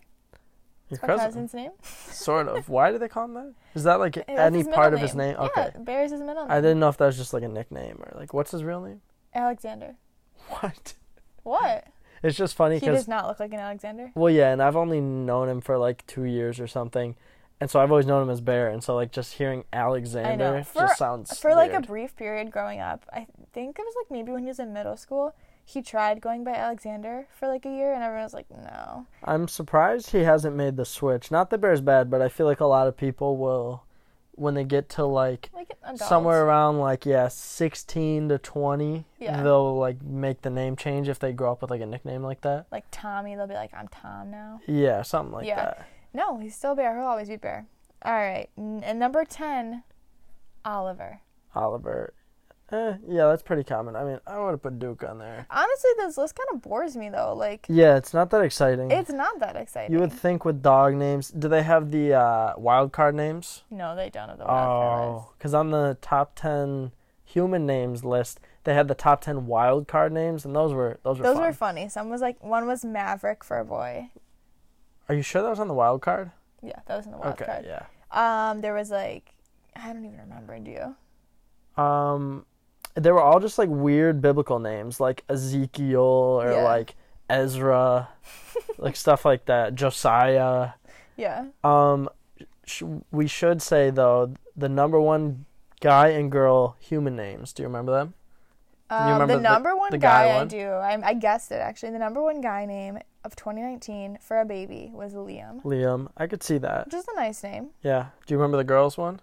Speaker 2: Your
Speaker 1: My
Speaker 2: cousin,
Speaker 1: cousin's name.
Speaker 2: sort of. Why do they call him that? Is that like
Speaker 1: That's
Speaker 2: any
Speaker 1: his middle
Speaker 2: part of his name? Okay.
Speaker 1: Yeah, Bear's his middle name.
Speaker 2: I didn't know if that was just like a nickname or like what's his real name?
Speaker 1: Alexander.
Speaker 2: What?
Speaker 1: What?
Speaker 2: It's just funny
Speaker 1: He
Speaker 2: because
Speaker 1: does not look like an Alexander.
Speaker 2: Well, yeah, and I've only known him for like two years or something, and so I've always known him as Bear, and so like just hearing Alexander
Speaker 1: For-
Speaker 2: just sounds
Speaker 1: For like a
Speaker 2: weird.
Speaker 1: brief period growing up, I think it was like maybe when he was in middle school, he tried going by Alexander for like a year, and everyone was like, no.
Speaker 2: I'm surprised he hasn't made the switch. Not that Bear's bad, but I feel like a lot of people will, when they get to like
Speaker 1: Like an adult.
Speaker 2: somewhere around like yeah, 16 to 20,
Speaker 1: Yeah.
Speaker 2: they'll like make the name change if they grow up with like a nickname like that.
Speaker 1: Like Tommy, they'll be like, I'm Tom now.
Speaker 2: Yeah, something like
Speaker 1: Yeah.
Speaker 2: that.
Speaker 1: No, he's still Bear. He'll always be Bear. All right. N- and number 10, Oliver.
Speaker 2: Oliver. Eh, yeah, that's pretty common. I mean, I would have put Duke on there.
Speaker 1: Honestly, this list kind of bores me though. Like,
Speaker 2: Yeah, it's not that exciting.
Speaker 1: it's not that exciting.
Speaker 2: You would think with dog names, do they have the uh, wild card names?
Speaker 1: No, they don't have the wild
Speaker 2: Oh, because on the top ten human names list, they had the top ten wild card names, and those were those were.
Speaker 1: Those
Speaker 2: fun.
Speaker 1: were funny. Some was like one was Maverick for a boy.
Speaker 2: Are you sure that was on the wild card?
Speaker 1: Yeah, that was in the wild
Speaker 2: okay,
Speaker 1: card.
Speaker 2: yeah.
Speaker 1: Um, there was like I don't even remember. Do you?
Speaker 2: Um, they were all just like weird biblical names, like Ezekiel or
Speaker 1: Yeah.
Speaker 2: like Ezra, like stuff like that, Josiah.
Speaker 1: Yeah.
Speaker 2: Um, sh- we should say though the number one guy and girl human names. Do you remember them?
Speaker 1: Um,
Speaker 2: remember
Speaker 1: the
Speaker 2: the-
Speaker 1: number one
Speaker 2: the guy
Speaker 1: guy, I
Speaker 2: one?
Speaker 1: do. I, I guessed it actually. The number one guy name of 2019 for a baby was Liam,
Speaker 2: Liam. I could see that.
Speaker 1: which is a nice name.
Speaker 2: Yeah. Do you remember the girls one?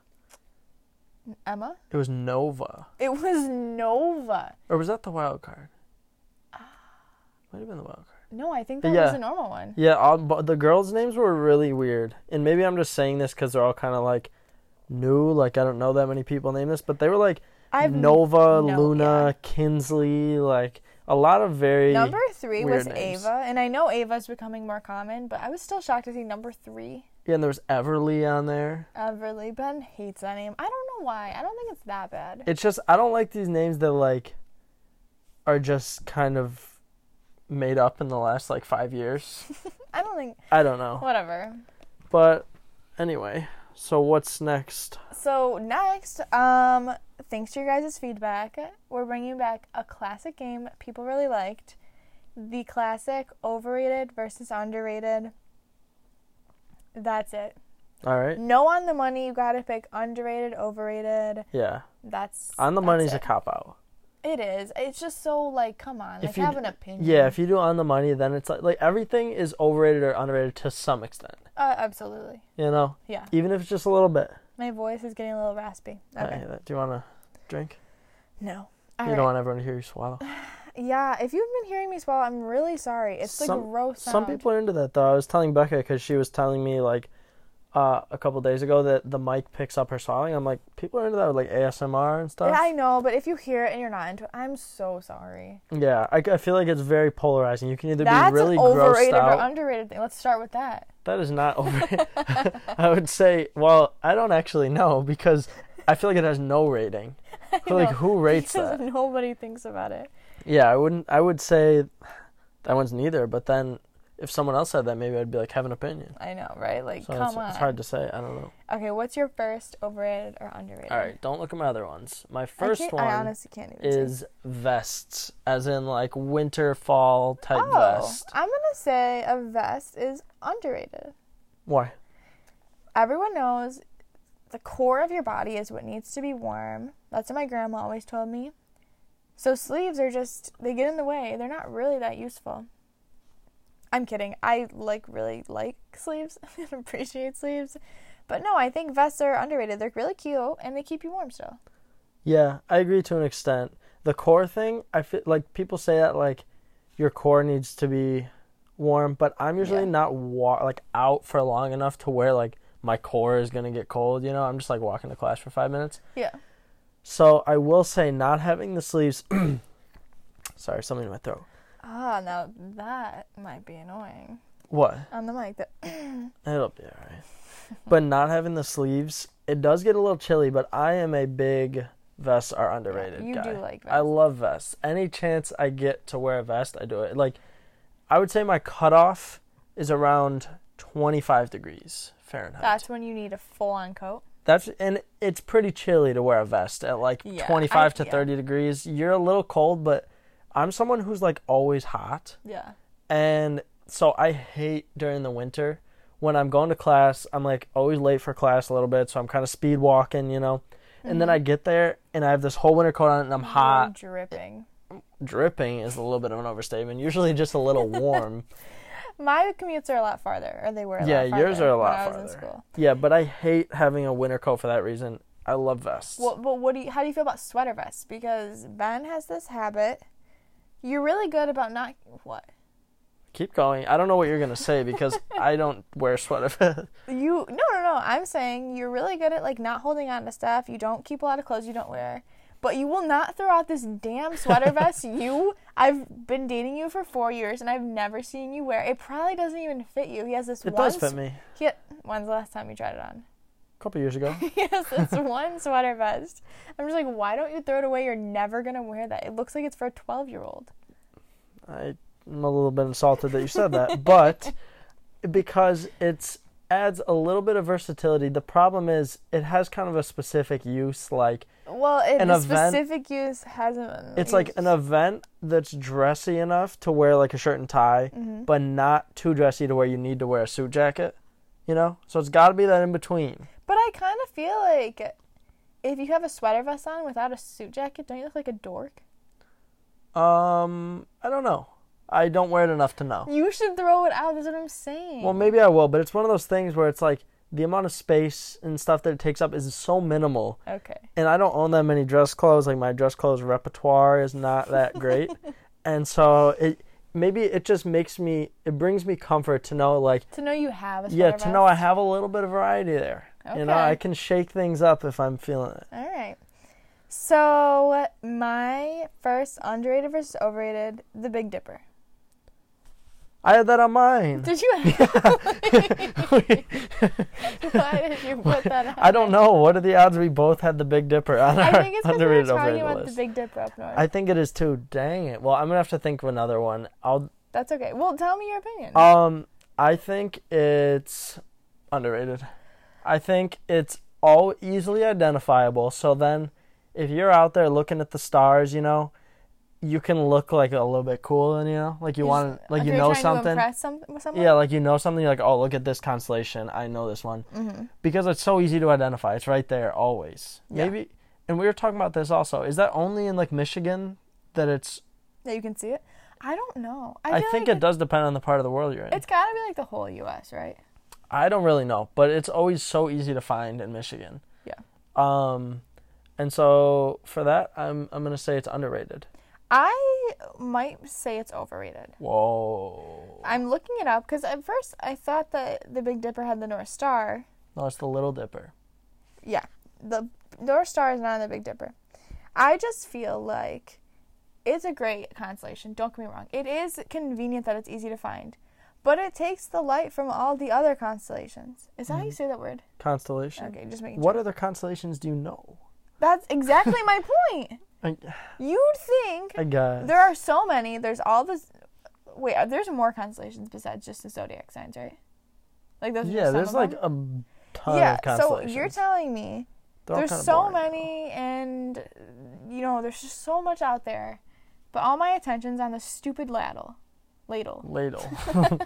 Speaker 1: Emma.
Speaker 2: It was Nova.
Speaker 1: It was Nova.
Speaker 2: Or was that the wild card?
Speaker 1: Ah.
Speaker 2: Might have been the wild card.
Speaker 1: No, I think that
Speaker 2: Yeah.
Speaker 1: was a normal one.
Speaker 2: Yeah, all, but the girls' names were really weird, and maybe I'm just saying this because they're all kind of like new. Like I don't know that many people name this, but they were like
Speaker 1: I've
Speaker 2: Nova,
Speaker 1: no-
Speaker 2: Luna, Kinsley, like a lot of very.
Speaker 1: Number three
Speaker 2: weird
Speaker 1: was
Speaker 2: names.
Speaker 1: Ava, and I know Ava's becoming more common, but I was still shocked to see number three.
Speaker 2: yeah, and there was Everly on there.
Speaker 1: Everly Ben hates that name. I don't know why. I don't think it's that bad.
Speaker 2: It's just I don't like these names that like are just kind of made up in the last like five years.
Speaker 1: I don't think
Speaker 2: I don't know,
Speaker 1: whatever.
Speaker 2: but anyway. So what's next?
Speaker 1: So next, um, thanks to your guys' feedback, we're bringing back a classic game people really liked, the classic overrated versus underrated. That's it.
Speaker 2: All right.
Speaker 1: No on the money. You gotta pick underrated, overrated.
Speaker 2: Yeah,
Speaker 1: That's
Speaker 2: on the
Speaker 1: that's
Speaker 2: money's a
Speaker 1: it.
Speaker 2: cop out.
Speaker 1: It is. It's just so like, come on,
Speaker 2: If
Speaker 1: like
Speaker 2: you
Speaker 1: have
Speaker 2: d-
Speaker 1: an opinion.
Speaker 2: Yeah, if you do on the money, then it's like, like everything is overrated or underrated to some extent.
Speaker 1: uh, absolutely.
Speaker 2: You know,
Speaker 1: Yeah.
Speaker 2: even if it's just a little bit.
Speaker 1: My voice is getting a little raspy.
Speaker 2: I
Speaker 1: Okay.
Speaker 2: hear that. Do you want to drink?
Speaker 1: No. All
Speaker 2: you
Speaker 1: right.
Speaker 2: don't want everyone to hear you swallow.
Speaker 1: Yeah. If you've been hearing me swallow, I'm really sorry. It's like
Speaker 2: Some-
Speaker 1: gross.
Speaker 2: Some
Speaker 1: sound.
Speaker 2: people are into that though. I was telling Becca because she was telling me like uh, a couple days ago that the mic picks up her swallowing. I'm like, people are into that with like ASMR and stuff.
Speaker 1: Yeah, I know, but if you hear it and you're not into it, I'm so sorry.
Speaker 2: Yeah, I, I feel like it's very polarizing. You can either
Speaker 1: That's
Speaker 2: be really
Speaker 1: an overrated
Speaker 2: grossed out.
Speaker 1: or underrated thing. Let's start with that.
Speaker 2: That is not over. I would say, well, I don't actually know because I feel like it has no rating. like
Speaker 1: know,
Speaker 2: who rates
Speaker 1: Because
Speaker 2: that?
Speaker 1: nobody thinks about it.
Speaker 2: Yeah, I wouldn't. I would say that one's neither. But then, if someone else said that, maybe I'd be like have an opinion.
Speaker 1: I know, right? Like,
Speaker 2: So
Speaker 1: come
Speaker 2: it's,
Speaker 1: on.
Speaker 2: it's hard to say. I don't know.
Speaker 1: Okay, what's your first overrated or underrated?
Speaker 2: All right, don't look at my other ones. My
Speaker 1: I
Speaker 2: first
Speaker 1: can't-
Speaker 2: one
Speaker 1: I honestly can't even. see.
Speaker 2: is vests, as in like winter, fall type
Speaker 1: oh,
Speaker 2: vest.
Speaker 1: I'm gonna say a vest is underrated.
Speaker 2: Why?
Speaker 1: Everyone knows the core of your body is what needs to be warm. That's what my grandma always told me. So sleeves are just they get in the way. They're not really that useful. I'm kidding. I like really like sleeves and appreciate sleeves. But no, I think vests are underrated. They're really cute and they keep you warm still.
Speaker 2: Yeah, I agree to an extent. The core thing, I feel like people say that like your core needs to be warm, but I'm usually
Speaker 1: Yeah.
Speaker 2: not wa- like out for long enough to where like my core is gonna get cold. You know, I'm just like walking to class for five minutes.
Speaker 1: Yeah.
Speaker 2: So I will say, not having the sleeves. sorry, something in my throat.
Speaker 1: Ah, now that might be annoying.
Speaker 2: What?
Speaker 1: On the mic that
Speaker 2: It'll be all right. but not having the sleeves, it does get a little chilly. But I am a big vests are underrated.
Speaker 1: you
Speaker 2: guy.
Speaker 1: do like
Speaker 2: I
Speaker 1: vests.
Speaker 2: love vests. Any chance I get to wear a vest, I do it. Like, I would say my cutoff is around 25 degrees Fahrenheit.
Speaker 1: That's when you need a full on coat.
Speaker 2: That's and it's pretty chilly to wear a vest at like
Speaker 1: Yeah, I-
Speaker 2: 25 to
Speaker 1: yeah.
Speaker 2: 30 degrees. You're a little cold, but I'm someone who's like always hot.
Speaker 1: Yeah.
Speaker 2: And so I hate during the winter when I'm going to class, I'm like always late for class a little bit, so I'm kind of speed walking, you know. And then I get there and I have this whole winter coat on and I'm
Speaker 1: You're
Speaker 2: hot.
Speaker 1: dripping.
Speaker 2: Dripping is a little bit of an overstatement. Usually just a little warm.
Speaker 1: My commutes are a lot farther, or they were. A
Speaker 2: yeah,
Speaker 1: lot
Speaker 2: yours
Speaker 1: farther
Speaker 2: are a
Speaker 1: when
Speaker 2: lot
Speaker 1: I was
Speaker 2: farther.
Speaker 1: in school.
Speaker 2: Yeah, but I hate having a winter coat for that reason. I love vests.
Speaker 1: Well, but what do you? How do you feel about sweater vests? Because Ben has this habit. You're really good about not what
Speaker 2: Keep going. I don't know what you're going to say because I don't wear sweater vests.
Speaker 1: you. No, no, no. I'm saying you're really good at like not holding on to stuff. You don't keep a lot of clothes you don't wear, but you will not throw out this damn sweater vest. You. I've been dating you for four years and I've never seen you wear. It probably doesn't even fit you. He has this.
Speaker 2: It
Speaker 1: one
Speaker 2: does fit
Speaker 1: sw-
Speaker 2: me.
Speaker 1: He had, when's the last time you tried it on?
Speaker 2: A couple years ago.
Speaker 1: He has this one sweater vest. I'm just like, why don't you throw it away? You're never gonna wear that. It looks like it's for a 12 year old.
Speaker 2: I'm a little bit insulted that you said that, but because it's adds a little bit of versatility. The problem is it has kind of a specific use. Like
Speaker 1: Well, it,
Speaker 2: An
Speaker 1: the
Speaker 2: event-
Speaker 1: specific use hasn't. been
Speaker 2: it's like
Speaker 1: used.
Speaker 2: an event that's dressy enough to wear like a shirt and tie, but not too dressy to where you need to wear a suit jacket. You know, so it's got to be that in between.
Speaker 1: But I kind of feel like if you have a sweater vest on without a suit jacket, don't you look like a dork?
Speaker 2: Um, I don't know. I don't wear it enough to know.
Speaker 1: You should throw it out. That's what I'm saying.
Speaker 2: Well, maybe I will, but it's one of those things where it's like the amount of space and stuff that it takes up is so minimal,
Speaker 1: okay.
Speaker 2: and I don't own that many dress clothes. Like my dress clothes repertoire is not that great, and so it maybe it just makes me it brings me comfort to know like
Speaker 1: To know you have a sweater
Speaker 2: yeah
Speaker 1: vest.
Speaker 2: to know I have a little bit of variety there. You know,
Speaker 1: Okay.
Speaker 2: I can shake things up if I'm feeling it.
Speaker 1: All right. So my first underrated versus overrated, the Big Dipper.
Speaker 2: I had that on mine.
Speaker 1: Did you? Why did you put that? On?
Speaker 2: I don't know. What are the odds we both had the Big Dipper on
Speaker 1: I
Speaker 2: our
Speaker 1: think it's because we were
Speaker 2: underrated
Speaker 1: talking
Speaker 2: overrated
Speaker 1: about
Speaker 2: list?
Speaker 1: the Big Dipper up north.
Speaker 2: I think it is too. Dang it. Well, I'm gonna have to think of another one. I'll.
Speaker 1: That's okay. Well, tell me your opinion.
Speaker 2: Um. I think it's underrated. I think it's all easily identifiable. So then, if you're out there looking at the stars, you know, you can look like a little bit cool, and you know, like you,
Speaker 1: You're
Speaker 2: want,
Speaker 1: just-
Speaker 2: like you
Speaker 1: you're
Speaker 2: know
Speaker 1: trying To
Speaker 2: something.
Speaker 1: impress some, someone?
Speaker 2: Yeah, like you know something. You're like, oh, look at this constellation. I know this one because it's so easy to identify. It's right there always.
Speaker 1: Mm-hmm. Yeah.
Speaker 2: Maybe. And we were talking about this also. Is that only in like Michigan that it's
Speaker 1: That you can see it. I don't know. I,
Speaker 2: I,
Speaker 1: feel
Speaker 2: think
Speaker 1: like
Speaker 2: it does depend on the part of the world you're in.
Speaker 1: It's gotta be like the whole U.S., right?
Speaker 2: I don't really know, but it's always so easy to find in Michigan.
Speaker 1: Yeah.
Speaker 2: Um, and so for that, I'm I'm gonna say it's underrated.
Speaker 1: I might say it's overrated.
Speaker 2: Whoa.
Speaker 1: I'm looking it up because at first I thought that the Big Dipper had the North Star.
Speaker 2: No, it's the Little Dipper.
Speaker 1: Yeah, the North Star is not in the Big Dipper. I just feel like it's a great constellation. Don't get me wrong. It is convenient that it's easy to find, but it takes the light from all the other constellations. Is that how you say that word?
Speaker 2: Constellation.
Speaker 1: Okay, just making.
Speaker 2: Mm-hmm. What
Speaker 1: sure.
Speaker 2: other constellations do you know?
Speaker 1: That's exactly my point.
Speaker 2: I,
Speaker 1: You'd think
Speaker 2: I guess.
Speaker 1: there are so many. There's all this. Wait, uh, there's more constellations besides just the zodiac signs, right? Like those. Are
Speaker 2: yeah,
Speaker 1: just
Speaker 2: there's
Speaker 1: some
Speaker 2: like
Speaker 1: of them?
Speaker 2: a ton
Speaker 1: yeah.
Speaker 2: of
Speaker 1: so
Speaker 2: constellations.
Speaker 1: you're telling me
Speaker 2: They're all
Speaker 1: there's
Speaker 2: kinda
Speaker 1: so
Speaker 2: boring, though.
Speaker 1: many, and you know, there's just so much out there, but all my attention's on the stupid ladle, ladle.
Speaker 2: Ladle.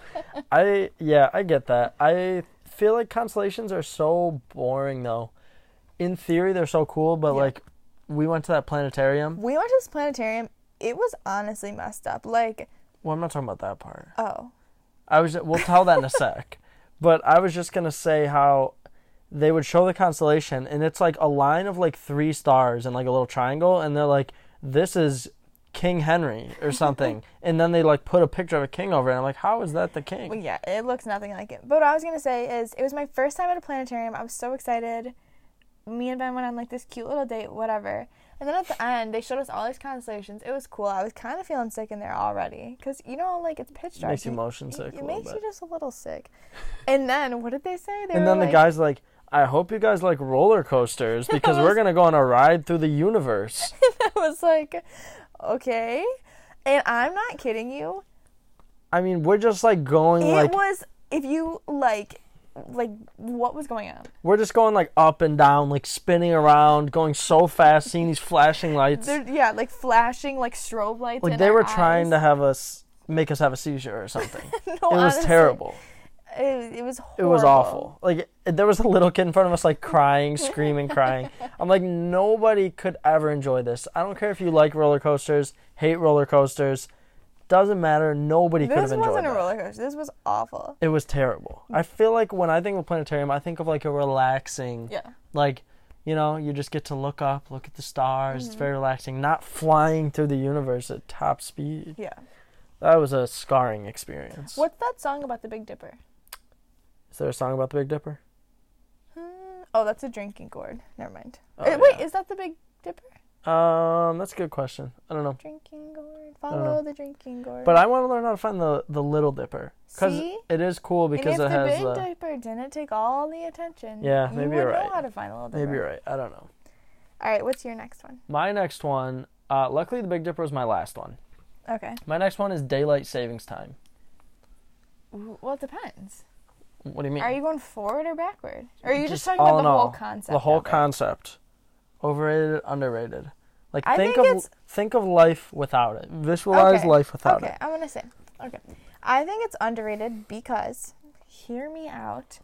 Speaker 2: I yeah, I get that. I feel like constellations are so boring though. In theory, they're so cool, but
Speaker 1: Yeah.
Speaker 2: like we went to that planetarium.
Speaker 1: We went to this planetarium. It was honestly messed up. Like,
Speaker 2: Well, I'm not talking about that part.
Speaker 1: oh,
Speaker 2: I was. We'll tell that in a sec. But I was just gonna say how they would show the constellation, and it's like a line of like three stars and like a little triangle, and they're like, "This is King Henry" or something, and then they like put a picture of a king over it. And I'm like, "How is that the king?"
Speaker 1: well, yeah, it looks nothing like it. But what I was gonna say is, it was my first time at a planetarium. I was so excited. Me and Ben went on like this cute little date, whatever. And then at the end, they showed us all these constellations. It was cool. I was kind of feeling sick in there already, cause you know, like it's pitch
Speaker 2: It
Speaker 1: dark.
Speaker 2: makes you
Speaker 1: You-
Speaker 2: motion
Speaker 1: It-
Speaker 2: sick a
Speaker 1: It
Speaker 2: little
Speaker 1: makes
Speaker 2: bit.
Speaker 1: you just a little sick. And then what did they say? They
Speaker 2: and
Speaker 1: were
Speaker 2: then the
Speaker 1: like-
Speaker 2: guy's like, "I hope you guys like roller coasters because we're gonna go on a ride through the universe."
Speaker 1: I was like, okay. And I'm not kidding you.
Speaker 2: I mean, we're just like going
Speaker 1: It
Speaker 2: like
Speaker 1: was if you like, like what was going on?
Speaker 2: we're just going like up and down, like spinning around, going so fast, seeing these flashing lights.
Speaker 1: There, yeah, like flashing like strobe lights.
Speaker 2: like
Speaker 1: in
Speaker 2: they
Speaker 1: our
Speaker 2: were trying to
Speaker 1: eyes.
Speaker 2: have us make us have a seizure or something.
Speaker 1: No,
Speaker 2: it was
Speaker 1: honestly,
Speaker 2: terrible.
Speaker 1: It, it was.
Speaker 2: It
Speaker 1: Horrible.
Speaker 2: was awful. Like it- there was a little kid in front of us, like crying, screaming, crying. I'm like, nobody could ever enjoy this. I don't care if you like roller coasters, hate roller coasters, doesn't matter. Nobody could
Speaker 1: This
Speaker 2: have enjoyed
Speaker 1: wasn't a
Speaker 2: that.
Speaker 1: roller coaster. This was awful.
Speaker 2: It was terrible. I feel like when I think of a planetarium, I think of like a relaxing,
Speaker 1: Yeah.
Speaker 2: like you know, you just get to look up, look at the stars.
Speaker 1: Mm-hmm.
Speaker 2: It's very relaxing. Not flying through the universe at top speed.
Speaker 1: Yeah.
Speaker 2: That was a scarring experience.
Speaker 1: What's that song about the Big Dipper?
Speaker 2: Is there a song about the Big Dipper?
Speaker 1: Hmm. Oh, that's a drinking gourd. Never mind.
Speaker 2: Oh,
Speaker 1: Uh, Wait,
Speaker 2: yeah.
Speaker 1: is that the Big Dipper?
Speaker 2: Um, that's a good question. I don't know.
Speaker 1: Drinking gourd.
Speaker 2: know.
Speaker 1: Follow the drinking gourd.
Speaker 2: But I want to learn how to find the, the Little Dipper because
Speaker 1: See?
Speaker 2: it is cool because
Speaker 1: and
Speaker 2: it
Speaker 1: if the
Speaker 2: has
Speaker 1: Big
Speaker 2: the.
Speaker 1: Dipper didn't take all the attention,
Speaker 2: Yeah,
Speaker 1: you
Speaker 2: maybe
Speaker 1: would
Speaker 2: you're
Speaker 1: know
Speaker 2: right.
Speaker 1: how to find a little Dipper.
Speaker 2: maybe you're right. I don't know.
Speaker 1: All right, what's your next one?
Speaker 2: My next one. Uh, luckily, the Big Dipper was my last one.
Speaker 1: Okay.
Speaker 2: My next one is daylight savings time.
Speaker 1: Ooh, Well, it depends.
Speaker 2: What do you mean?
Speaker 1: Are you going forward or backward? Or are you just, talking about
Speaker 2: all in
Speaker 1: the
Speaker 2: all,
Speaker 1: whole concept?
Speaker 2: The whole
Speaker 1: of it?
Speaker 2: concept. Overrated, underrated. Like
Speaker 1: I
Speaker 2: think,
Speaker 1: think
Speaker 2: of
Speaker 1: it's-
Speaker 2: think of life without it. Visualize
Speaker 1: Okay.
Speaker 2: life without
Speaker 1: Okay,
Speaker 2: it.
Speaker 1: I'm gonna say. Okay, I think it's underrated because, hear me out.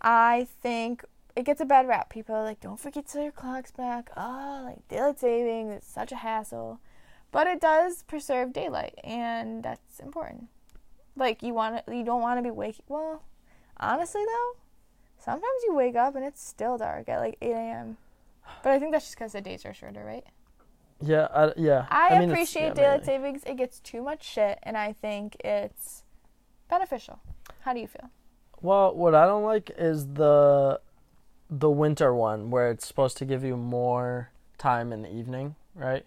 Speaker 1: I think it gets a bad rap. People are like, don't forget to your clocks back. Oh, like daylight savings, it's such a hassle, but it does preserve daylight, and that's important. Like you want to, you don't want to be waking. Well, honestly though, sometimes you wake up and it's still dark at like 8 a.m. But I think that's just because the days are shorter, right?
Speaker 2: Yeah, I, yeah.
Speaker 1: I,
Speaker 2: mean, it's-
Speaker 1: appreciate
Speaker 2: yeah,
Speaker 1: daylight
Speaker 2: maybe.
Speaker 1: savings. It gets too much shit, and I think it's beneficial. How do you feel?
Speaker 2: Well, what I don't like is the the winter one where it's supposed to give you more time in the evening, right?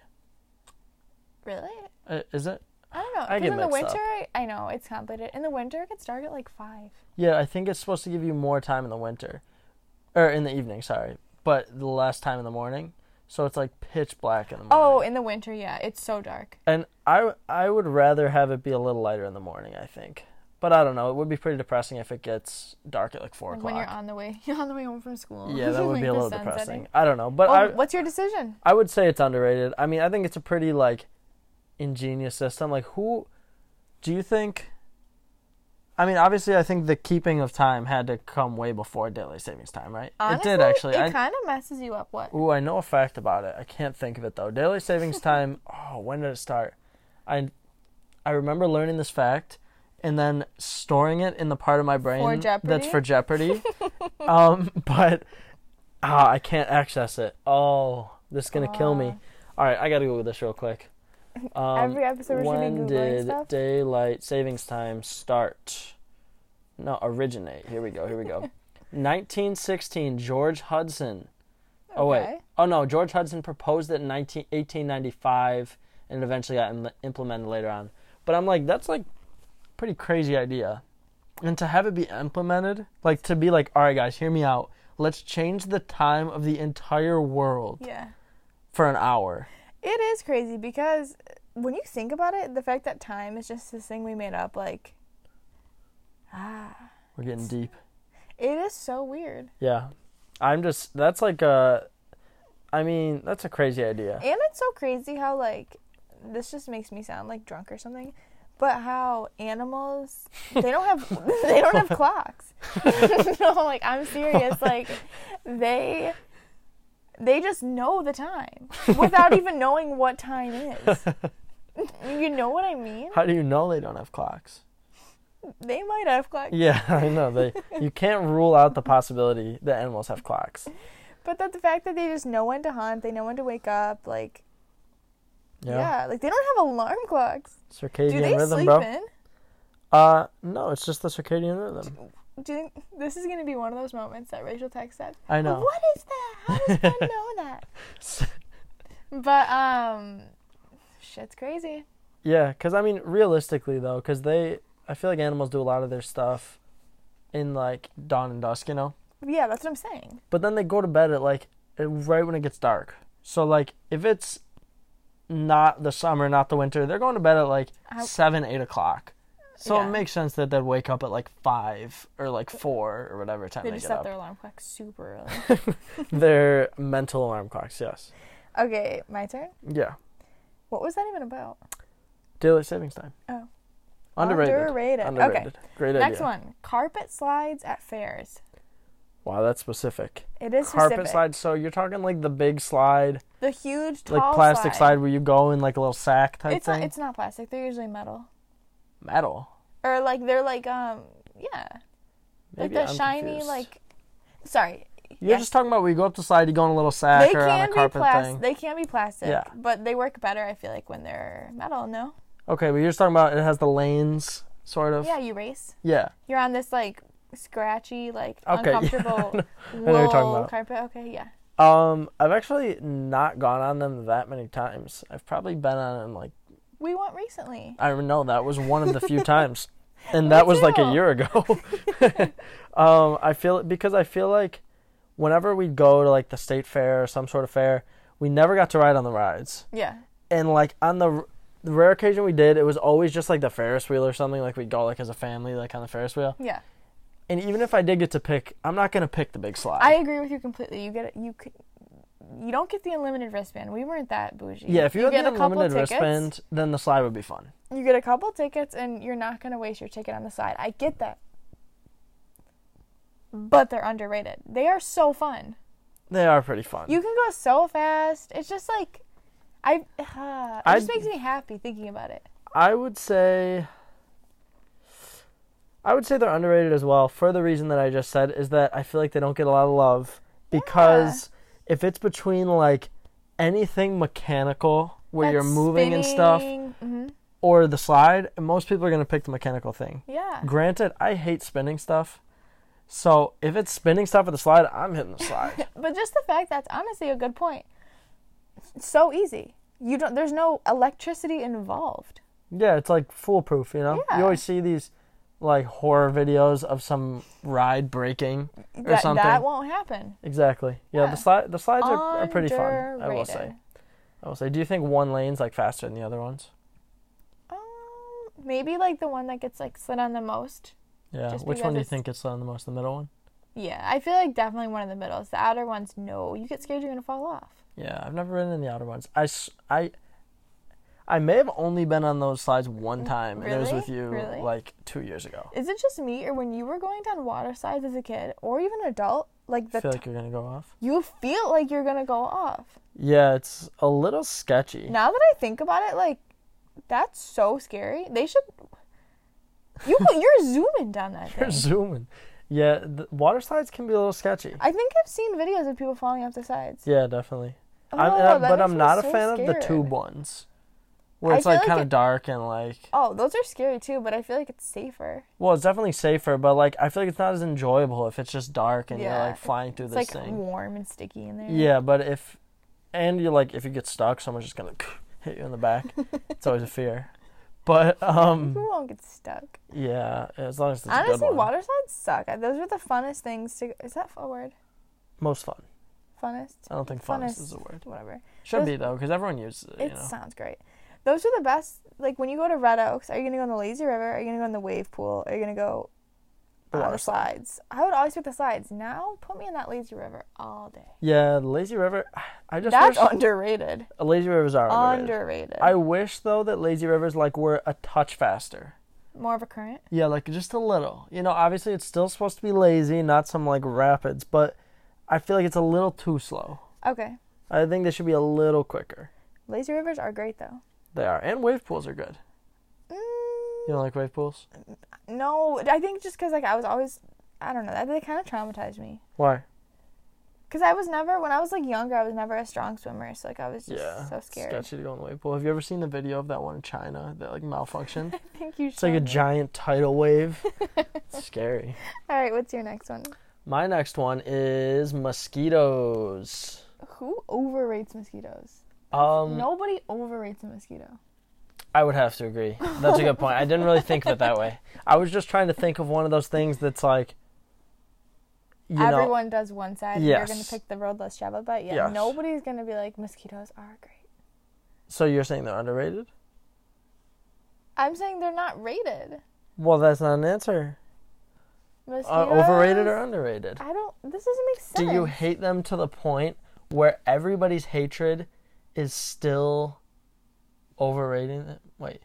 Speaker 1: Really?
Speaker 2: I- Is it?
Speaker 1: I don't know.
Speaker 2: I
Speaker 1: 'cause
Speaker 2: get
Speaker 1: in the
Speaker 2: mixed up.
Speaker 1: winter, I, I know it's complicated. In the winter, it gets dark at like five.
Speaker 2: Yeah, I think it's supposed to give you more time in the winter, or in the evening. Sorry, but less time in the morning. So it's like pitch black in the morning.
Speaker 1: Oh, in the winter, yeah, it's so dark.
Speaker 2: And I I would rather have it be a little lighter in the morning. I think, but I don't know. It would be pretty depressing if it gets dark at like four
Speaker 1: Like
Speaker 2: o'clock.
Speaker 1: when you're on the way, you're on the way home from school.
Speaker 2: yeah, that would
Speaker 1: Like
Speaker 2: be a
Speaker 1: the
Speaker 2: little
Speaker 1: sun
Speaker 2: depressing.
Speaker 1: setting.
Speaker 2: I don't know, but
Speaker 1: Oh,
Speaker 2: I
Speaker 1: what's your decision?
Speaker 2: I would say it's underrated. I mean, I think it's a pretty like ingenious system. Like, who do you think? I mean, obviously, I think the keeping of time had to come way before daylight savings time, right?
Speaker 1: Honestly,
Speaker 2: it did actually.
Speaker 1: It
Speaker 2: I,
Speaker 1: kind of messes you up. What?
Speaker 2: Ooh, I know a fact about it. I can't think of it though. Daylight savings time. Oh, when did it start? I I remember learning this fact and then storing it in the part of my brain that's
Speaker 1: Jeopardy?
Speaker 2: for Jeopardy. um, but ah, I can't access it. Oh, this is gonna kill me. All right, I gotta Google this real quick. Um,
Speaker 1: Ah. Every episode we're gonna be
Speaker 2: when
Speaker 1: Googling
Speaker 2: did
Speaker 1: stuff?
Speaker 2: daylight savings time start? No, originate. Here we go. Here we go. 1916, George Hudson. Oh wait.
Speaker 1: Okay.
Speaker 2: Oh no, George Hudson proposed it in 19, 1895 and it eventually got Im- implemented later on. But I'm like that's like pretty crazy idea. And to have it be implemented, like to be like, "All right guys, hear me out. Let's change the time of the entire world
Speaker 1: Yeah.
Speaker 2: for an hour."
Speaker 1: It is crazy because when you think about it, the fact that time is just this thing we made up, like, ah,
Speaker 2: We're getting deep.
Speaker 1: it is so weird.
Speaker 2: Yeah. I'm just that's like a I mean, that's a crazy idea.
Speaker 1: And it's so crazy how, like, this just makes me sound like drunk or something, but how animals, they don't have, they don't have clocks. no, like, I'm serious. Like, they, they just know the time without even knowing what time is. you know what I mean?
Speaker 2: How do you know they don't have clocks?
Speaker 1: They might have clocks.
Speaker 2: Yeah, I know. They you can't rule out the possibility that animals have clocks.
Speaker 1: But that the fact that they just know when to hunt, they know when to wake up, like yeah, like they don't have alarm clocks.
Speaker 2: Circadian
Speaker 1: Do they
Speaker 2: rhythm,
Speaker 1: sleep
Speaker 2: bro.
Speaker 1: in?
Speaker 2: Uh no, it's just the circadian rhythm.
Speaker 1: Do you think this is gonna be one of those moments that Rachel text said?
Speaker 2: I know.
Speaker 1: What is that? How does one know that? But um, shit's crazy.
Speaker 2: yeah, cuz I mean realistically though, cuz they I feel like animals do a lot of their stuff in like dawn and dusk, you know.
Speaker 1: Yeah, that's what I'm saying.
Speaker 2: But then they go to bed at like at- right when it gets dark. So like if it's not the summer, not the winter, they're going to bed at like
Speaker 1: I-
Speaker 2: seven, eight o'clock. So
Speaker 1: Yeah.
Speaker 2: it makes sense that they'd wake up at like five or like four or whatever time
Speaker 1: They
Speaker 2: they,
Speaker 1: just
Speaker 2: get
Speaker 1: set
Speaker 2: up.
Speaker 1: their alarm clock super early.
Speaker 2: Their mental alarm clocks, yes.
Speaker 1: okay, my turn.
Speaker 2: Yeah.
Speaker 1: What was that even about?
Speaker 2: Daylight savings time.
Speaker 1: Oh.
Speaker 2: Underrated.
Speaker 1: Underrated. Okay.
Speaker 2: Underrated. Great idea.
Speaker 1: Next one: carpet slides at fairs.
Speaker 2: Wow, that's specific.
Speaker 1: It is
Speaker 2: Carpet
Speaker 1: specific.
Speaker 2: slide. So you're talking like the big slide,
Speaker 1: the huge tall
Speaker 2: like plastic
Speaker 1: slide.
Speaker 2: slide where you go in like a little sack type
Speaker 1: It's
Speaker 2: thing.
Speaker 1: not. It's not plastic. They're usually metal.
Speaker 2: metal.
Speaker 1: or like they're like um yeah like
Speaker 2: Maybe
Speaker 1: that
Speaker 2: I'm
Speaker 1: shiny
Speaker 2: confused.
Speaker 1: like sorry
Speaker 2: You're
Speaker 1: Yeah.
Speaker 2: just talking about where you go up the slide, you go in a little sack
Speaker 1: they
Speaker 2: or on a
Speaker 1: can be
Speaker 2: carpet
Speaker 1: plastic
Speaker 2: thing.
Speaker 1: they can be plastic
Speaker 2: Yeah.
Speaker 1: but they work better i feel like when they're metal no
Speaker 2: Okay, but you're just talking about it has the lanes, sort of.
Speaker 1: yeah you race
Speaker 2: Yeah.
Speaker 1: you're on this like scratchy like
Speaker 2: Okay, yeah.
Speaker 1: uncomfortable
Speaker 2: know what you're
Speaker 1: wool
Speaker 2: talking about.
Speaker 1: carpet okay yeah
Speaker 2: Um, I've actually not gone on them that many times. I've probably been on them like
Speaker 1: we went recently
Speaker 2: I don't know that was one of the few times, and that was like a
Speaker 1: too.
Speaker 2: year ago. um, I feel because I feel like whenever we'd go to like the state fair or some sort of fair, we never got to ride on the rides.
Speaker 1: yeah
Speaker 2: and like on the, r- the rare occasion we did, it was always just like the Ferris wheel or something. Like we'd go like as a family, like on the Ferris wheel,
Speaker 1: yeah
Speaker 2: And even if I did get to pick, I'm not going to pick the big slide.
Speaker 1: I agree with you completely. You get you could you don't get the unlimited wristband. We weren't that bougie.
Speaker 2: yeah, if you, had
Speaker 1: get
Speaker 2: the
Speaker 1: a couple
Speaker 2: unlimited
Speaker 1: tickets,
Speaker 2: wristband, then the slide would be fun.
Speaker 1: you get a couple tickets, and you're not gonna waste your ticket on the side. I get that, but they're underrated. They are so fun.
Speaker 2: They are pretty fun.
Speaker 1: You can go so fast. It's just like, I. Uh, it
Speaker 2: I'd-
Speaker 1: just makes me happy thinking about it.
Speaker 2: I would say I would say they're underrated as well for the reason that I just said is that I feel like they don't get a lot of love because if it's between like anything mechanical where you're moving and stuff
Speaker 1: hmm
Speaker 2: or the slide, most people are going to pick the mechanical thing.
Speaker 1: Yeah.
Speaker 2: Granted, I hate spinning stuff. So if it's spinning stuff or the slide, I'm hitting the slide.
Speaker 1: But just the fact that's honestly a good point. So easy. You don't. There's no electricity involved.
Speaker 2: yeah, it's like foolproof, you know?
Speaker 1: Yeah.
Speaker 2: You always see these like horror videos of some ride breaking or
Speaker 1: That
Speaker 2: something.
Speaker 1: that won't happen.
Speaker 2: Exactly. Yeah,
Speaker 1: Yeah.
Speaker 2: the slide the slides are, are pretty fun. I will say.
Speaker 1: Underrated.
Speaker 2: I will say. Do you think one lane's like faster than the other ones?
Speaker 1: Um, maybe like the one that gets like slid on the most.
Speaker 2: Yeah.
Speaker 1: Just
Speaker 2: Which one do you
Speaker 1: because
Speaker 2: think gets on the most? The middle one.
Speaker 1: Yeah, I feel like definitely one in the middle. It's the outer ones. No, you get scared you're gonna fall off.
Speaker 2: Yeah, I've never been in the outer ones. I s- I- I may have only been on those slides one time, and it was
Speaker 1: Mm, really?
Speaker 2: with you
Speaker 1: Really?
Speaker 2: like two years ago.
Speaker 1: Is it just me, or when you were going down water slides as a kid, or even an adult, like the
Speaker 2: I feel
Speaker 1: t-
Speaker 2: like you're gonna go off.
Speaker 1: you feel like you're gonna go off?
Speaker 2: Yeah, it's a little sketchy.
Speaker 1: Now that I think about it, like that's so scary. They should. You go- you're zooming down that
Speaker 2: You're
Speaker 1: thing.
Speaker 2: zooming. Yeah, the water slides can be a little sketchy.
Speaker 1: I think I've seen videos of people falling off the sides.
Speaker 2: Yeah, definitely.
Speaker 1: Oh,
Speaker 2: I'm, and I-
Speaker 1: that
Speaker 2: but
Speaker 1: makes
Speaker 2: I'm
Speaker 1: me
Speaker 2: not
Speaker 1: so
Speaker 2: a fan of the
Speaker 1: scared.
Speaker 2: tube ones, where
Speaker 1: I
Speaker 2: it's
Speaker 1: feel
Speaker 2: like
Speaker 1: like
Speaker 2: kind of
Speaker 1: it-
Speaker 2: dark and like
Speaker 1: Oh, those are scary too, but I feel like it's safer.
Speaker 2: Well, it's definitely safer, but like I feel like it's not as enjoyable if it's just dark and
Speaker 1: Yeah,
Speaker 2: you're like flying through
Speaker 1: It's
Speaker 2: this
Speaker 1: like
Speaker 2: thing.
Speaker 1: warm and sticky in there.
Speaker 2: Yeah, but if and you're like if you get stuck, someone's just gonna hit you in the back. it's always a fear. But
Speaker 1: Who
Speaker 2: um,
Speaker 1: won't get stuck?
Speaker 2: yeah, as long as it's a good
Speaker 1: Honestly,
Speaker 2: one.
Speaker 1: water slides suck. Those were the funnest things to. Is that a word?
Speaker 2: most fun.
Speaker 1: Funnest?
Speaker 2: I don't think Uh, funnest, is a word.
Speaker 1: Whatever.
Speaker 2: Should
Speaker 1: Those-
Speaker 2: be though, because everyone uses it.
Speaker 1: It
Speaker 2: you know.
Speaker 1: sounds great. Those are the best. Like when you go to Red Oaks, are you gonna go in the lazy river? Are you gonna go in the wave pool? Are you gonna go
Speaker 2: The
Speaker 1: on
Speaker 2: water
Speaker 1: the
Speaker 2: slide.
Speaker 1: slides? I would always pick the slides. Now put me in that lazy river all day.
Speaker 2: Yeah, the lazy river. I just
Speaker 1: That's
Speaker 2: wish
Speaker 1: underrated.
Speaker 2: uh, lazy rivers are underrated.
Speaker 1: Underrated.
Speaker 2: I wish though that lazy rivers like were a touch faster.
Speaker 1: More of a current.
Speaker 2: Yeah, like just a little. You know, obviously it's still supposed to be lazy, not some like rapids, but I feel like it's a little too slow.
Speaker 1: Okay.
Speaker 2: I think they should be a little quicker.
Speaker 1: Lazy rivers are great though.
Speaker 2: They are. And wave pools are good.
Speaker 1: Mm,
Speaker 2: You don't like wave pools?
Speaker 1: no, I think just because like I was always, I don't know, that they kind of traumatized me.
Speaker 2: Why?
Speaker 1: Cause I was never when I was like younger, I was never a strong swimmer, so like I was just
Speaker 2: Yeah.
Speaker 1: so
Speaker 2: it's
Speaker 1: scared.
Speaker 2: Sketchy to go in the wave pool. Have you ever seen the video of that one in China that like malfunctioned?
Speaker 1: I think you should.
Speaker 2: it's like a giant tidal wave. It's scary.
Speaker 1: All right, what's your next one?
Speaker 2: My next one is mosquitoes.
Speaker 1: Who overrates mosquitoes?
Speaker 2: Um
Speaker 1: Nobody overrates a mosquito.
Speaker 2: I would have to agree. That's a good point. I didn't really think of it that way. I was just trying to think of one of those things that's like, you know,
Speaker 1: Everyone does one side. and You're gonna
Speaker 2: Yes.
Speaker 1: pick the road less traveled, but yeah,
Speaker 2: Yes.
Speaker 1: nobody's gonna be like mosquitoes are great.
Speaker 2: so you're saying they're underrated?
Speaker 1: I'm saying they're not rated.
Speaker 2: Well, that's not an answer. Uh,
Speaker 1: Mosquitoes
Speaker 2: overrated or underrated?
Speaker 1: I don't. This doesn't make
Speaker 2: Do
Speaker 1: sense.
Speaker 2: you hate them to the point where everybody's hatred is still overrating them? Wait.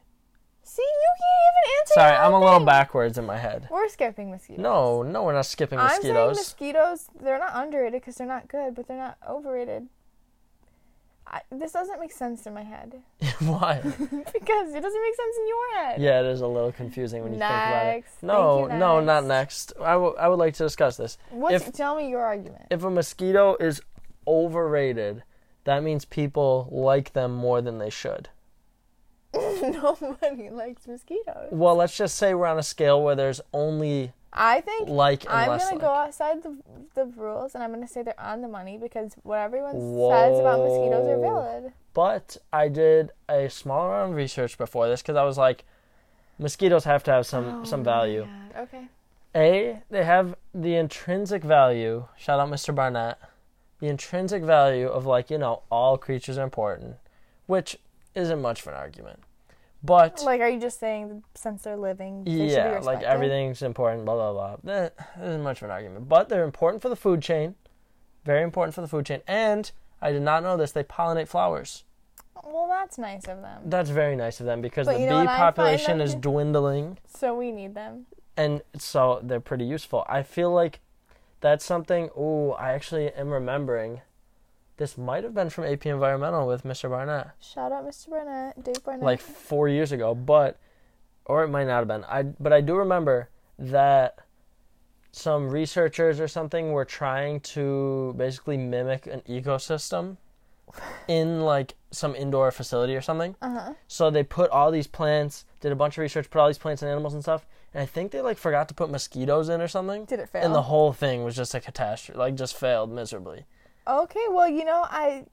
Speaker 1: See, you can't even answer.
Speaker 2: Sorry,
Speaker 1: your
Speaker 2: I'm
Speaker 1: own
Speaker 2: a little
Speaker 1: thing.
Speaker 2: backwards in my head.
Speaker 1: We're skipping mosquitoes.
Speaker 2: No, no, we're not skipping
Speaker 1: I'm saying
Speaker 2: mosquitoes.
Speaker 1: mosquitoes. They're not underrated because they're not good, but they're not overrated. I, this doesn't make sense in my head
Speaker 2: Why?
Speaker 1: because it doesn't make sense in your head.
Speaker 2: Yeah, it is a little confusing when you think about it.
Speaker 1: Next. Thank
Speaker 2: No,
Speaker 1: you,
Speaker 2: no, not
Speaker 1: next.
Speaker 2: next. I, w- I would like to discuss this.
Speaker 1: What's,
Speaker 2: If-
Speaker 1: tell me your argument.
Speaker 2: If a mosquito is overrated, that means people like them more than they should.
Speaker 1: Nobody likes mosquitoes.
Speaker 2: Well, let's just say we're on a scale where there's only
Speaker 1: I think
Speaker 2: like and
Speaker 1: I'm
Speaker 2: less
Speaker 1: gonna
Speaker 2: like.
Speaker 1: go outside the the rules and I'm gonna say they're on the money because what everyone says about mosquitoes are
Speaker 2: Whoa.
Speaker 1: valid.
Speaker 2: But I did a small amount of research before this because I was like, mosquitoes have to have some some value.
Speaker 1: Oh God, Okay.
Speaker 2: A, they have the intrinsic value. Shout out Mr. Barnett. The intrinsic value of like you know all creatures are important, which isn't much of an argument. But
Speaker 1: Like, are you just saying since they're living? They should be
Speaker 2: yeah, like
Speaker 1: respected?
Speaker 2: everything's important, blah blah blah. That isn't much of an argument, but they're important for the food chain. Very important for the food chain, and I did not know this. They pollinate flowers.
Speaker 1: Well, that's nice of them.
Speaker 2: That's very nice of them because
Speaker 1: But
Speaker 2: the
Speaker 1: you
Speaker 2: bee
Speaker 1: know what I find
Speaker 2: population
Speaker 1: them-
Speaker 2: is dwindling,
Speaker 1: So we need them.
Speaker 2: and so they're pretty useful. I feel like that's something. Ooh, I actually am remembering. This might have been from AP Environmental with Mr. Barnett.
Speaker 1: Shout out, Mr. Burnett, Dave Burnett.
Speaker 2: like four years ago, but or it might not have been. I but I do remember that some researchers or something were trying to basically mimic an ecosystem in like some indoor facility or something.
Speaker 1: uh huh.
Speaker 2: So they put all these plants, did a bunch of research, put all these plants and animals and stuff, and I think they like forgot to put mosquitoes in or something.
Speaker 1: Did it fail?
Speaker 2: And the whole thing was just a catastrophe, like just failed miserably.
Speaker 1: okay, well, you know, I,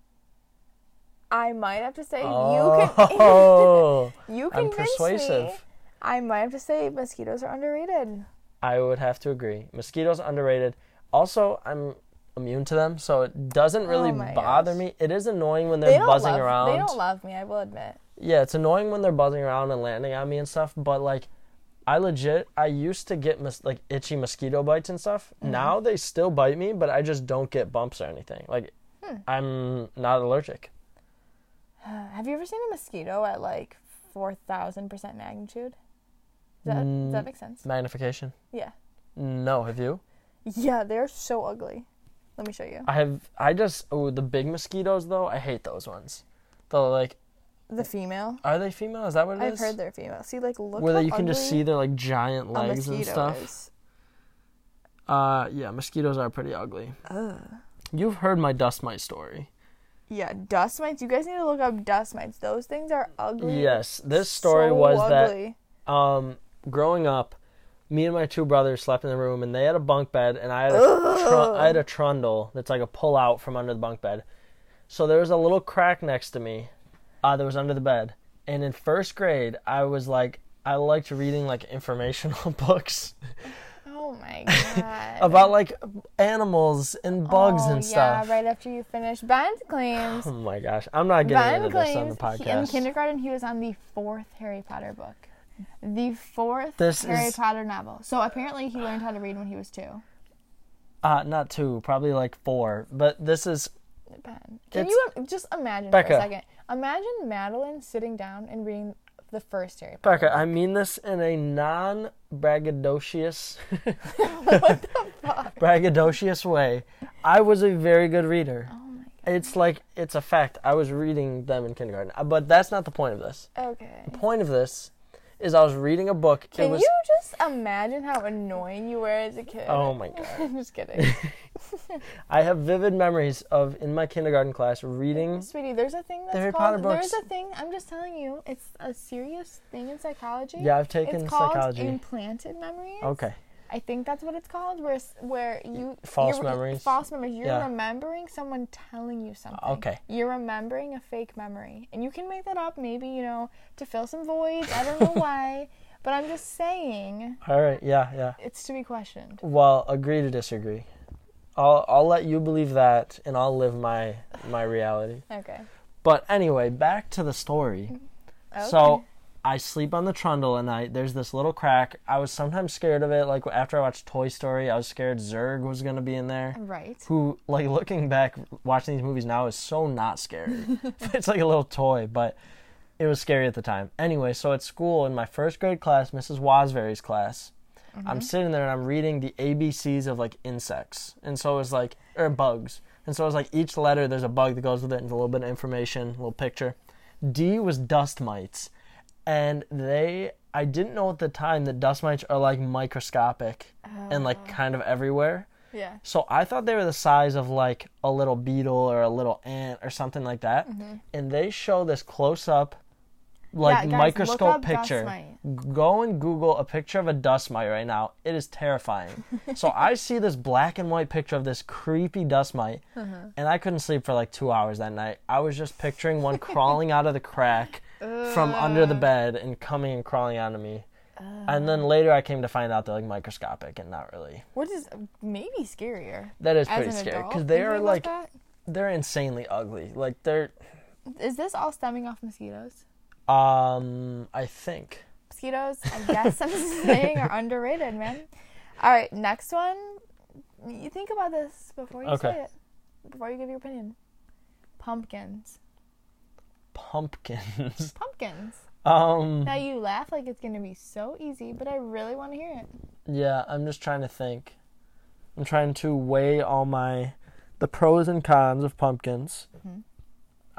Speaker 1: I might have to say
Speaker 2: Oh,
Speaker 1: you can, you
Speaker 2: I'm
Speaker 1: convinced
Speaker 2: persuasive.
Speaker 1: me. I might have to say mosquitoes are underrated.
Speaker 2: I would have to agree. Mosquitoes underrated. Also, I'm immune to them, so it doesn't really
Speaker 1: Oh my
Speaker 2: bother
Speaker 1: gosh.
Speaker 2: me. It is annoying when
Speaker 1: They
Speaker 2: they're
Speaker 1: don't
Speaker 2: buzzing
Speaker 1: love,
Speaker 2: around.
Speaker 1: They don't love me. I will admit.
Speaker 2: yeah, it's annoying when they're buzzing around and landing on me and stuff, but like I legit I used to get mos- like itchy mosquito bites and stuff.
Speaker 1: Mm-hmm.
Speaker 2: Now they still bite me, but I just don't get bumps or anything. Like
Speaker 1: Hmm.
Speaker 2: I'm not allergic.
Speaker 1: Have you ever seen a mosquito at like four thousand percent magnitude? Does that, does that
Speaker 2: Mm.
Speaker 1: make sense?
Speaker 2: Magnification?
Speaker 1: Yeah.
Speaker 2: No, have you?
Speaker 1: Yeah, they're so ugly. Let me show you.
Speaker 2: I have I just oh, the big mosquitoes though, I hate those ones. They're like
Speaker 1: The female.
Speaker 2: are they female? Is that what it
Speaker 1: I've
Speaker 2: is?
Speaker 1: heard they're female. See, like look.
Speaker 2: where
Speaker 1: how
Speaker 2: they, you can just
Speaker 1: ugly
Speaker 2: see their like giant
Speaker 1: a
Speaker 2: legs and
Speaker 1: mosquito
Speaker 2: stuff.
Speaker 1: is.
Speaker 2: Uh, yeah, mosquitoes are pretty ugly.
Speaker 1: Ugh.
Speaker 2: You've heard my dust mite story.
Speaker 1: Yeah, dust mites. You guys need to look up dust mites. Those things are ugly.
Speaker 2: Yes, this story was that um, growing up, me and my two brothers slept in the room, and they had a bunk bed, and I had a tru- I had a trundle that's like a pull out from under the bunk bed. So there was a little crack next to me, uh, that was under the bed. And in first grade, I was like, I liked reading like informational books.
Speaker 1: Oh my god.
Speaker 2: about like animals and bugs
Speaker 1: Oh,
Speaker 2: and stuff.
Speaker 1: Yeah, right after you finish Ben claims.
Speaker 2: Oh my gosh, I'm not getting
Speaker 1: Ben
Speaker 2: into this on the
Speaker 1: claims he- in
Speaker 2: podcast.
Speaker 1: kindergarten he was on the fourth Harry Potter book. The fourth
Speaker 2: This
Speaker 1: Harry
Speaker 2: is-
Speaker 1: Potter novel. So apparently he learned how to read when he was two.
Speaker 2: uh, not two, probably like four. But this is
Speaker 1: Ben, can
Speaker 2: It's-
Speaker 1: you im- just imagine for
Speaker 2: Becca.
Speaker 1: a second? Imagine Madeline sitting down and reading the first Harry Potter.
Speaker 2: Becca. I mean this in a non-braggadocious, braggadocious way. I was a very good reader.
Speaker 1: Oh my
Speaker 2: It's like it's a fact. I was reading them in kindergarten, Uh, but that's not the point of this.
Speaker 1: god. Okay.
Speaker 2: The point of this is I was reading a book. it
Speaker 1: Can
Speaker 2: was
Speaker 1: you just imagine how annoying you were as a kid?
Speaker 2: oh my god.
Speaker 1: I'm just kidding.
Speaker 2: I have vivid memories of in my kindergarten class reading.
Speaker 1: Sweetie, there's a thing that's
Speaker 2: Harry
Speaker 1: called
Speaker 2: Potter
Speaker 1: there's
Speaker 2: books.
Speaker 1: a thing, I'm just telling you, it's a serious thing in psychology.
Speaker 2: Yeah, I've taken
Speaker 1: It's called
Speaker 2: psychology.
Speaker 1: implanted memories.
Speaker 2: okay.
Speaker 1: I think that's what it's called, where s- where you
Speaker 2: False
Speaker 1: you're-
Speaker 2: memories.
Speaker 1: False memories. You're
Speaker 2: Yeah.
Speaker 1: remembering someone telling you something.
Speaker 2: Okay.
Speaker 1: You're remembering a fake memory, and you can make that up, maybe you know, to fill some voids. I don't know why, but I'm just saying
Speaker 2: All right. Yeah. Yeah.
Speaker 1: it's to be questioned.
Speaker 2: Well, agree to disagree. I'll I'll let you believe that, and I'll live my my reality.
Speaker 1: Okay.
Speaker 2: But anyway, back to the story. So I sleep on the trundle, and I there's this little crack. I was sometimes scared of it. Like after I watched Toy Story, I was scared Zurg was gonna be in there.
Speaker 1: right.
Speaker 2: Who, like looking back, watching these movies now is so not scary. it's like a little toy, but it was scary at the time. Anyway, so at school in my first grade class, Mrs. Wasbury's class, I'm sitting there and I'm reading the ABCs of like insects. And so it was like, or bugs. And so it was like each letter, there's a bug that goes with it and a little bit of information, a little picture. D was dust mites. And they, I didn't know at the time that dust mites are like microscopic and like kind of everywhere.
Speaker 1: Uh, Yeah.
Speaker 2: So I thought they were the size of like a little beetle or a little ant or something like that. And they show this close up, like
Speaker 1: Mm-hmm. Yeah, guys, look
Speaker 2: microscope
Speaker 1: up dust
Speaker 2: picture.
Speaker 1: mite.
Speaker 2: Go and Google a picture of a dust mite right now. It is terrifying. so I see this black and white picture of this creepy dust mite,
Speaker 1: Uh-huh.
Speaker 2: and I couldn't sleep for like two hours that night. I was just picturing one crawling out of the crack from under the bed and coming and crawling onto me.
Speaker 1: Uh,
Speaker 2: And then later, I came to find out they're like microscopic and not really.
Speaker 1: What is maybe scarier?
Speaker 2: That is
Speaker 1: As
Speaker 2: pretty
Speaker 1: an
Speaker 2: scary
Speaker 1: adult,
Speaker 2: because they
Speaker 1: you
Speaker 2: are
Speaker 1: think about
Speaker 2: like
Speaker 1: that?
Speaker 2: they're insanely ugly. Like they're
Speaker 1: Is this all stemming off mosquitoes?
Speaker 2: Um, I think.
Speaker 1: Mosquitoes, I guess I'm saying, are underrated, man. All right, next one. You think about this before you
Speaker 2: Okay.
Speaker 1: say it, before you give your opinion. Pumpkins.
Speaker 2: Pumpkins.
Speaker 1: Pumpkins.
Speaker 2: um,
Speaker 1: Now you laugh like it's going to be so easy, but I really want to hear it.
Speaker 2: yeah, I'm just trying to think. I'm trying to weigh all my the pros and cons of pumpkins.
Speaker 1: Mhm.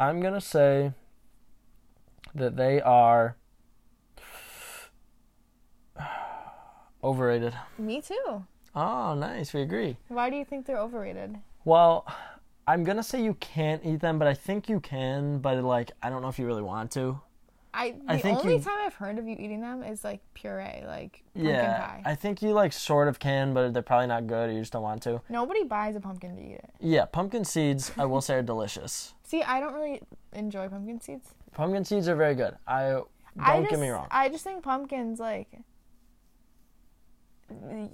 Speaker 2: I'm going to say that they are overrated.
Speaker 1: Me too.
Speaker 2: Oh, nice. We agree.
Speaker 1: Why do you think they're overrated?
Speaker 2: Well, I'm gonna say you can't eat them, but I think you can. But like, I don't know if you really want to.
Speaker 1: I the
Speaker 2: I think
Speaker 1: only
Speaker 2: you-
Speaker 1: time I've heard of you eating them is like puree, like pumpkin
Speaker 2: Yeah,
Speaker 1: pie.
Speaker 2: I think you like sort of can, but they're probably not good, or you just don't want to.
Speaker 1: Nobody buys a pumpkin to eat it.
Speaker 2: Yeah, pumpkin seeds, I will say, are delicious.
Speaker 1: See, I don't really enjoy pumpkin seeds.
Speaker 2: Pumpkin seeds are very good. I don't
Speaker 1: I
Speaker 2: get me
Speaker 1: just-
Speaker 2: wrong.
Speaker 1: I just think pumpkins like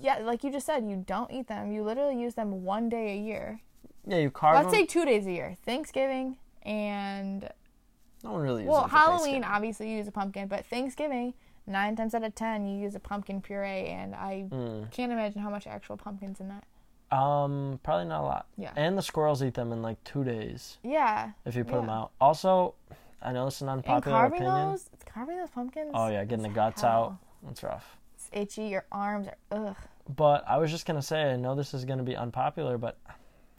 Speaker 1: yeah, like you just said, you don't eat them. You literally use them one day a year.
Speaker 2: Yeah, you carve
Speaker 1: Let's
Speaker 2: them.
Speaker 1: say two days a year: Thanksgiving and
Speaker 2: no one really. uses
Speaker 1: well,
Speaker 2: them for
Speaker 1: Halloween.
Speaker 2: Thanksgiving.
Speaker 1: Obviously, you use a pumpkin, but Thanksgiving, nine times out of ten, you use a pumpkin puree, and I
Speaker 2: Hmm.
Speaker 1: can't imagine how much actual pumpkins in that.
Speaker 2: Um, probably not a lot.
Speaker 1: Yeah.
Speaker 2: And the squirrels eat them in like two days
Speaker 1: Yeah,
Speaker 2: if you put them
Speaker 1: Yeah.
Speaker 2: out. Also, I know it's an
Speaker 1: and
Speaker 2: unpopular
Speaker 1: carving
Speaker 2: opinion.
Speaker 1: those, carving those pumpkins.
Speaker 2: oh yeah, getting the
Speaker 1: is
Speaker 2: guts
Speaker 1: hell.
Speaker 2: out. That's rough.
Speaker 1: It's itchy. Your arms are ugh.
Speaker 2: But I was just gonna say, I know this is gonna be unpopular, but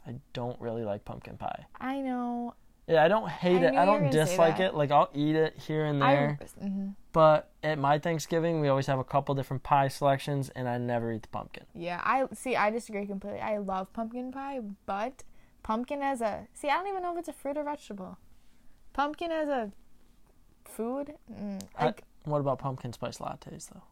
Speaker 2: I don't really like pumpkin pie.
Speaker 1: I know.
Speaker 2: Yeah, I don't hate
Speaker 1: I
Speaker 2: it.
Speaker 1: knew you were
Speaker 2: I don't
Speaker 1: gonna say
Speaker 2: dislike
Speaker 1: that.
Speaker 2: it. Like I'll eat it here and there.
Speaker 1: I mhm.
Speaker 2: But at my Thanksgiving, we always have a couple different pie selections, and I never eat the pumpkin.
Speaker 1: Yeah, I see. I disagree completely. I love pumpkin pie, but pumpkin as a see, I don't even know if it's a fruit or vegetable. Pumpkin as a food, mm,
Speaker 2: I-
Speaker 1: like
Speaker 2: What about pumpkin spice lattes though?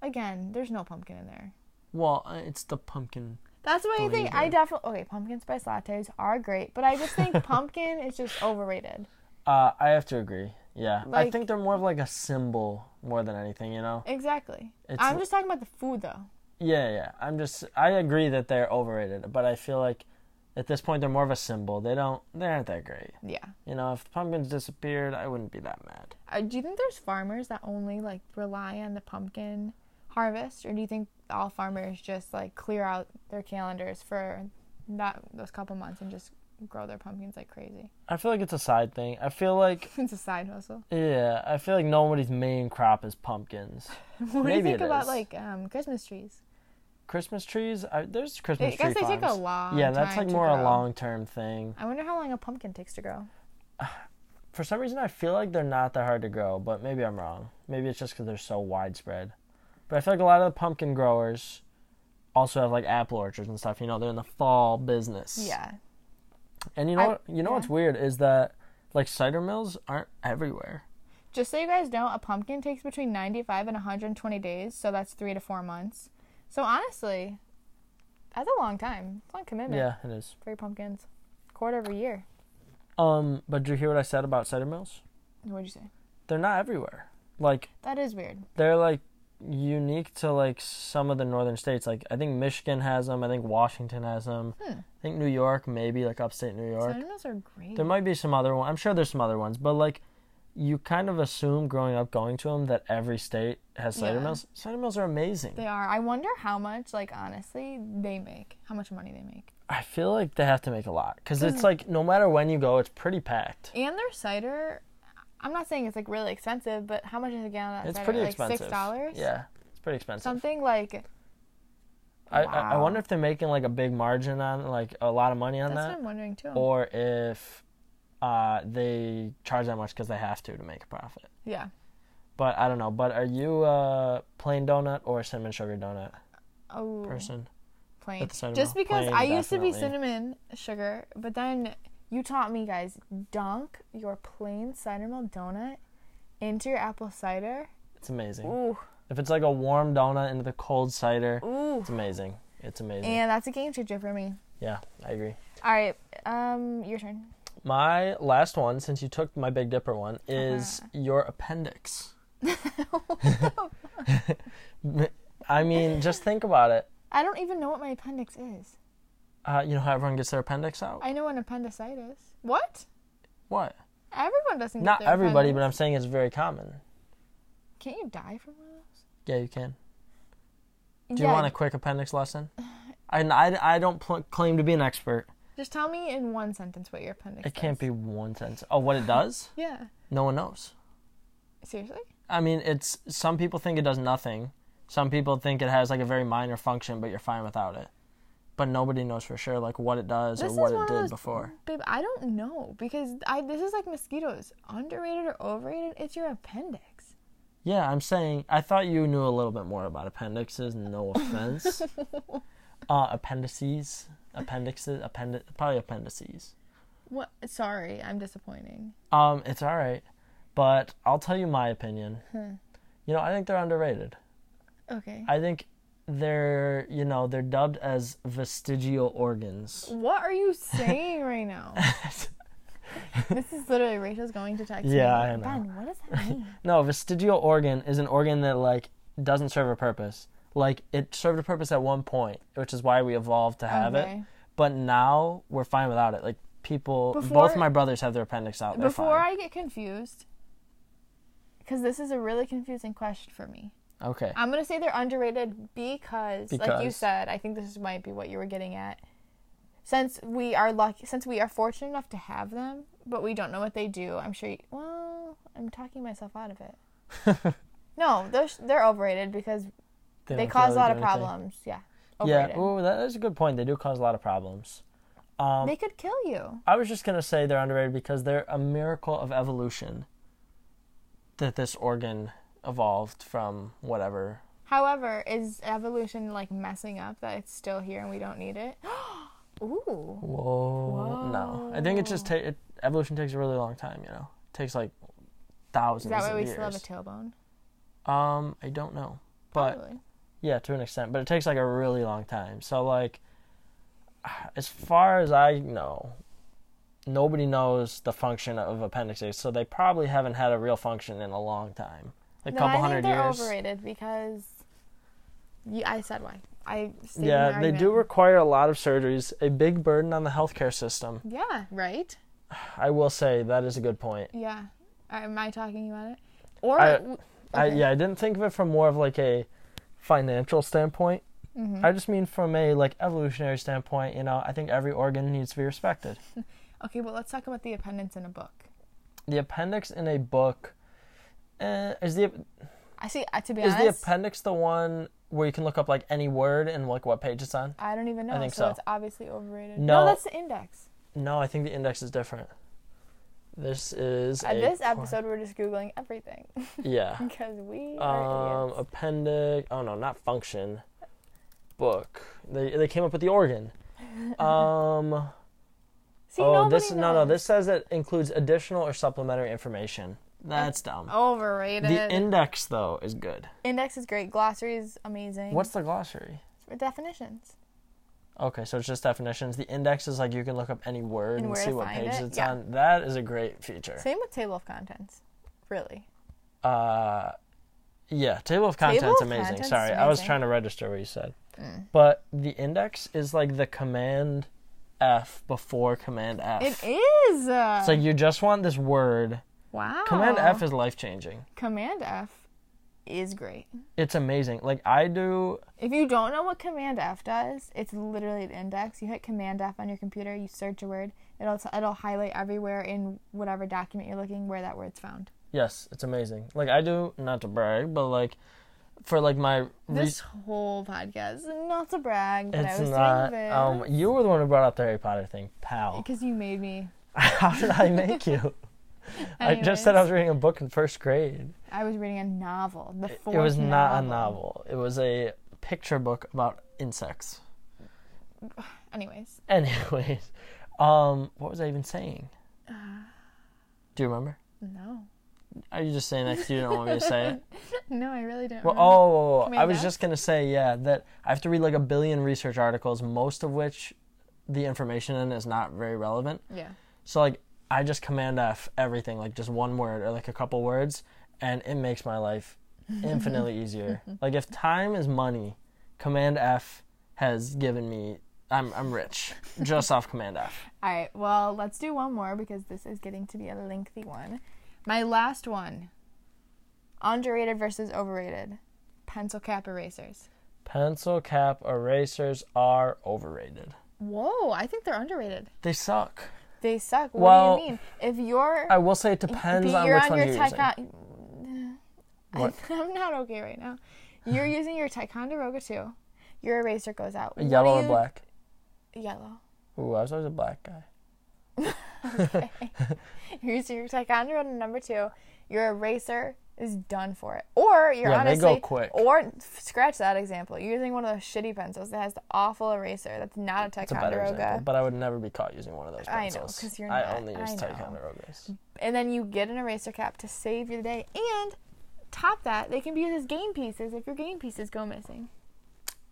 Speaker 1: again, there's no pumpkin in there.
Speaker 2: Well, uh, it's the pumpkin.
Speaker 1: That's what I think. I
Speaker 2: Believe
Speaker 1: definitely okay. Pumpkin spice lattes are great, but I just think pumpkin is just overrated.
Speaker 2: Uh, I have to agree. Yeah, I
Speaker 1: Like-
Speaker 2: think they're more of like a symbol more than anything. You know?
Speaker 1: Exactly.
Speaker 2: It's
Speaker 1: I'm just talking about the food though.
Speaker 2: yeah, yeah. I'm just I agree that they're overrated, but I feel like at this point they're more of a symbol. They don't they aren't that great.
Speaker 1: Yeah.
Speaker 2: You know, if pumpkins disappeared, I wouldn't be that mad.
Speaker 1: Uh, do you think there's farmers that only like rely on the pumpkin harvest, or do you think all farmers just like clear out their calendars for that those couple months and just grow their pumpkins like crazy?
Speaker 2: I feel like it's a side thing. I feel like
Speaker 1: it's a side hustle.
Speaker 2: yeah, I feel like nobody's main crop is pumpkins.
Speaker 1: What do you
Speaker 2: Maybe
Speaker 1: think
Speaker 2: it
Speaker 1: about
Speaker 2: is.
Speaker 1: like um, Christmas trees?
Speaker 2: Christmas trees, I, there's
Speaker 1: I
Speaker 2: Christmas tree
Speaker 1: guess they take a
Speaker 2: farms.
Speaker 1: long
Speaker 2: yeah, that's
Speaker 1: time
Speaker 2: like
Speaker 1: to
Speaker 2: more a
Speaker 1: grow.
Speaker 2: long term thing.
Speaker 1: I wonder how long a pumpkin takes to grow.
Speaker 2: For some reason, I feel like they're not that hard to grow, but maybe I'm wrong. Maybe it's just because they're so widespread. But I feel like a lot of the pumpkin growers also have like apple orchards and stuff. You know, they're in the fall business.
Speaker 1: Yeah,
Speaker 2: And you know,
Speaker 1: I-
Speaker 2: what, you know
Speaker 1: yeah.
Speaker 2: what's weird is that like cider mills aren't everywhere.
Speaker 1: just so you guys know, a pumpkin takes between 95 and 120 days, so that's three to four months. So honestly, that's a long time. It's a long commitment
Speaker 2: Yeah, it is.
Speaker 1: for your pumpkins. Quarter of a year.
Speaker 2: Um, but did you hear what I said about cider mills?
Speaker 1: What'd you say?
Speaker 2: They're not everywhere. Like
Speaker 1: That is weird.
Speaker 2: they're like unique to like some of the northern states. Like I think Michigan has them. I think Washington has them.
Speaker 1: Hmm.
Speaker 2: I think New York, maybe like upstate New York.
Speaker 1: Cider mills are great.
Speaker 2: There might be some other one. I'm sure there's some other ones, but like you kind of assume growing up going to them that every state has cider
Speaker 1: Yeah.
Speaker 2: mills. Cider mills are amazing.
Speaker 1: They are. I wonder how much, like honestly, they make. How much money they make.
Speaker 2: I feel like they have to make a lot because it's
Speaker 1: Mhm.
Speaker 2: like no matter when you go, it's pretty packed.
Speaker 1: And their cider. I'm not saying it's like really expensive, but how much is a gallon of that
Speaker 2: It's
Speaker 1: cider?
Speaker 2: pretty
Speaker 1: like
Speaker 2: expensive.
Speaker 1: Six dollars.
Speaker 2: Yeah, it's pretty expensive.
Speaker 1: Something like.
Speaker 2: I, I I
Speaker 1: Wow.
Speaker 2: wonder if they're making like a big margin on like a lot of money on
Speaker 1: That's
Speaker 2: that.
Speaker 1: what I'm wondering too.
Speaker 2: or if uh, they charge that much because they have to to make a profit.
Speaker 1: yeah.
Speaker 2: But I don't know. But are you a plain donut or a cinnamon sugar donut
Speaker 1: Oh.
Speaker 2: person?
Speaker 1: plain.
Speaker 2: At the cider
Speaker 1: Just
Speaker 2: mill.
Speaker 1: because
Speaker 2: Plain,
Speaker 1: I used to be
Speaker 2: definitely.
Speaker 1: cinnamon sugar, but then you taught me guys dunk your plain cider mill donut into your apple cider.
Speaker 2: It's amazing.
Speaker 1: Ooh.
Speaker 2: If it's like a warm donut into the cold cider,
Speaker 1: Ooh.
Speaker 2: it's amazing. It's amazing.
Speaker 1: And that's a game changer for me.
Speaker 2: yeah, I agree.
Speaker 1: All right, um, your turn.
Speaker 2: My last one, since you took my Big Dipper one,
Speaker 1: Uh-huh.
Speaker 2: is your appendix. I mean, just think about it.
Speaker 1: I don't even know what my appendix is.
Speaker 2: Uh, you know how everyone gets their appendix out?
Speaker 1: I know an appendicitis. What?
Speaker 2: What?
Speaker 1: Everyone doesn't. Get
Speaker 2: Not
Speaker 1: their
Speaker 2: everybody, but I'm
Speaker 1: appendix.
Speaker 2: saying it's very common.
Speaker 1: Can't you die from one of those?
Speaker 2: Yeah, you can. Do
Speaker 1: Yeah,
Speaker 2: you want a quick appendix lesson? And I, I don't pl- claim to be an expert.
Speaker 1: Just tell me in one sentence what your appendix.
Speaker 2: It can't
Speaker 1: does.
Speaker 2: be one sentence. Oh, what it does?
Speaker 1: Yeah.
Speaker 2: No one knows.
Speaker 1: Seriously?
Speaker 2: I mean, it's some people think it does nothing. Some people think it has like a very minor function, but you're fine without it. But nobody knows for sure like what it does or what it did before.
Speaker 1: Babe, I don't know because I this is like mosquitoes. Underrated or overrated? It's your appendix.
Speaker 2: Yeah, I'm saying I thought you knew a little bit more about appendixes. No offense. uh, appendices, appendixes, append probably appendices.
Speaker 1: What? Sorry, I'm disappointing.
Speaker 2: Um, it's all right, but I'll tell you my opinion. You know, I think they're underrated.
Speaker 1: Okay.
Speaker 2: I think they're you know they're dubbed as vestigial organs.
Speaker 1: what are you saying right now? this is literally Rachel's going to text me.
Speaker 2: Yeah, I know.
Speaker 1: Ben, what does that mean?
Speaker 2: No, vestigial organ is an organ that like doesn't serve a purpose. Like it served a purpose at one point, which is why we evolved to have
Speaker 1: Okay.
Speaker 2: it. But now we're fine without it. Like people,
Speaker 1: Before-
Speaker 2: both my brothers have their appendix out. They're
Speaker 1: Before
Speaker 2: fine.
Speaker 1: I get confused, because this is a really confusing question for me.
Speaker 2: okay.
Speaker 1: I'm gonna say they're underrated because, like you
Speaker 2: Because.
Speaker 1: said, I think this is- might be what you were getting at. Since we are lucky, since we are fortunate enough to have them, but we don't know what they do. I'm sure. You, well, I'm talking myself out of it. no, they're s- they're overrated because they
Speaker 2: don't
Speaker 1: cause a
Speaker 2: really
Speaker 1: lot
Speaker 2: do
Speaker 1: of
Speaker 2: anything.
Speaker 1: problems. Yeah, overrated.
Speaker 2: Yeah. Ooh, um, that is a good point. They do cause a lot of problems.
Speaker 1: they could kill you.
Speaker 2: I was just gonna say they're underrated because they're a miracle of evolution. That this organ evolved from whatever.
Speaker 1: However, is evolution like messing up that it's still here and we don't need it? Ooh.
Speaker 2: Whoa. No, I think it just ta- it, evolution takes a really long time. You know, it takes like
Speaker 1: Is
Speaker 2: thousands.
Speaker 1: that why
Speaker 2: of
Speaker 1: we
Speaker 2: years.
Speaker 1: still have a tailbone?
Speaker 2: Um, I don't know, but
Speaker 1: Probably.
Speaker 2: yeah, to an extent, but it takes like a really long time. So like, as far as I know, nobody knows the function of appendixes, so they probably haven't had a real function in a long time, a
Speaker 1: Then
Speaker 2: couple
Speaker 1: I think
Speaker 2: hundred
Speaker 1: they're
Speaker 2: years.
Speaker 1: overrated because you, I said why. I stated my
Speaker 2: Yeah, they do
Speaker 1: argument.
Speaker 2: require a lot of surgeries, a big burden on the healthcare system.
Speaker 1: yeah, right.
Speaker 2: I will say that is a good point.
Speaker 1: Yeah. Are- Am I talking about it? Or
Speaker 2: I-
Speaker 1: w-
Speaker 2: I,
Speaker 1: okay.
Speaker 2: yeah, I didn't think of it from more of like a financial standpoint.
Speaker 1: Mm-hmm.
Speaker 2: I just mean from a like evolutionary standpoint. You know, I think every organ needs to be respected.
Speaker 1: okay, but let's talk about the appendix in a book.
Speaker 2: The appendix in a book eh, is the
Speaker 1: I see. Uh, to be
Speaker 2: is the
Speaker 1: honest,
Speaker 2: appendix the one where you can look up like any word and like what page it's on?
Speaker 1: I don't even know.
Speaker 2: think
Speaker 1: so,
Speaker 2: so.
Speaker 1: it's obviously overrated.
Speaker 2: No.
Speaker 1: that's the index.
Speaker 2: No, I think the index is different. This is
Speaker 1: At
Speaker 2: a
Speaker 1: Uh, this
Speaker 2: cor-
Speaker 1: episode, we're just googling everything
Speaker 2: Yeah.
Speaker 1: because we are
Speaker 2: um,
Speaker 1: idiots.
Speaker 2: appendix. Oh no, not function. Book. They they came up with the organ. Um.
Speaker 1: See,
Speaker 2: oh,
Speaker 1: nobody
Speaker 2: this no no.
Speaker 1: knows.
Speaker 2: This says it includes additional or supplementary information. That's
Speaker 1: Oh,
Speaker 2: dumb.
Speaker 1: overrated.
Speaker 2: The index though is good.
Speaker 1: index is great. Glossary is amazing.
Speaker 2: What's the glossary?
Speaker 1: definitions?
Speaker 2: Okay, so it's just definitions. The index is like you can look up any word
Speaker 1: And
Speaker 2: and,
Speaker 1: where
Speaker 2: see
Speaker 1: to
Speaker 2: what
Speaker 1: find
Speaker 2: page
Speaker 1: it,
Speaker 2: it's
Speaker 1: yeah.
Speaker 2: on. That is a great feature.
Speaker 1: Same with table of contents. Really.
Speaker 2: Uh, yeah, table of
Speaker 1: Table
Speaker 2: contents
Speaker 1: of
Speaker 2: amazing.
Speaker 1: contents is
Speaker 2: Sorry, I was
Speaker 1: amazing. Mm.
Speaker 2: trying to register what you said. But the index is like the command F before command F.
Speaker 1: It is. uh,
Speaker 2: So you just want this word.
Speaker 1: wow.
Speaker 2: Command F is life changing.
Speaker 1: Command F is great.
Speaker 2: It's amazing. Like I do.
Speaker 1: If you don't know what Command F does, it's literally an index. You hit Command F on your computer, you search a word, it'll it'll highlight everywhere in whatever document you're looking where that word's found.
Speaker 2: Yes, it's amazing. Like I do. Not to brag, but like for like my. re-
Speaker 1: This whole podcast, not to brag, but I
Speaker 2: it's
Speaker 1: was
Speaker 2: not.
Speaker 1: doing
Speaker 2: Um, you were the one who brought up the Harry Potter thing, pal.
Speaker 1: because you made me.
Speaker 2: How did I make you? I just said I was reading a book in first grade.
Speaker 1: I was reading a novel. The fourth
Speaker 2: it was not a novel. It was a picture book about insects.
Speaker 1: Anyways,
Speaker 2: Anyways, um, what was I even saying? Do you remember?
Speaker 1: uh, no,
Speaker 2: Are you just saying that 'cause you don't want me to say it?
Speaker 1: no, I really don't.
Speaker 2: Well,
Speaker 1: remember.
Speaker 2: oh, whoa, whoa, whoa. I
Speaker 1: Command
Speaker 2: was
Speaker 1: F?
Speaker 2: just gonna say yeah that I have to read like a billion research articles, most of which the information in is not very relevant.
Speaker 1: yeah.
Speaker 2: So like I just command F everything, like just one word or like a couple words, and it makes my life infinitely easier. like if time is money, command F has given me I'm I'm rich just off Command F.
Speaker 1: All right, well, let's do one more because this is getting to be a lengthy one. My last one underrated versus overrated pencil cap erasers.
Speaker 2: Pencil cap erasers are overrated.
Speaker 1: Whoa, I think they're underrated.
Speaker 2: They suck.
Speaker 1: They suck. What
Speaker 2: Well,
Speaker 1: do you mean? If you're.
Speaker 2: I will say it depends
Speaker 1: but
Speaker 2: on
Speaker 1: you're
Speaker 2: which
Speaker 1: on
Speaker 2: one
Speaker 1: your
Speaker 2: you're using.
Speaker 1: Tico-
Speaker 2: What?
Speaker 1: I'm not okay right now. You're using your Ticonderoga too. Your eraser goes out. What do
Speaker 2: Yellow or
Speaker 1: you-
Speaker 2: black?
Speaker 1: Yellow.
Speaker 2: Ooh, I was always a black guy.
Speaker 1: You're using your Ticonderoga number two. Your eraser is done for it. Or you're
Speaker 2: Yeah, they
Speaker 1: honestly
Speaker 2: go quick.
Speaker 1: Or scratch that example. You're using one of those shitty pencils that has the awful eraser. That's not a
Speaker 2: It's a better example,
Speaker 1: Ticonderoga.
Speaker 2: but I would never be caught using one of those
Speaker 1: I know,
Speaker 2: pencils.
Speaker 1: 'cause you're
Speaker 2: I
Speaker 1: not-
Speaker 2: only use
Speaker 1: I know.
Speaker 2: Ticonderogas.
Speaker 1: And then you get an eraser cap to save your day. And top that, they can be used as game pieces if your game pieces go missing.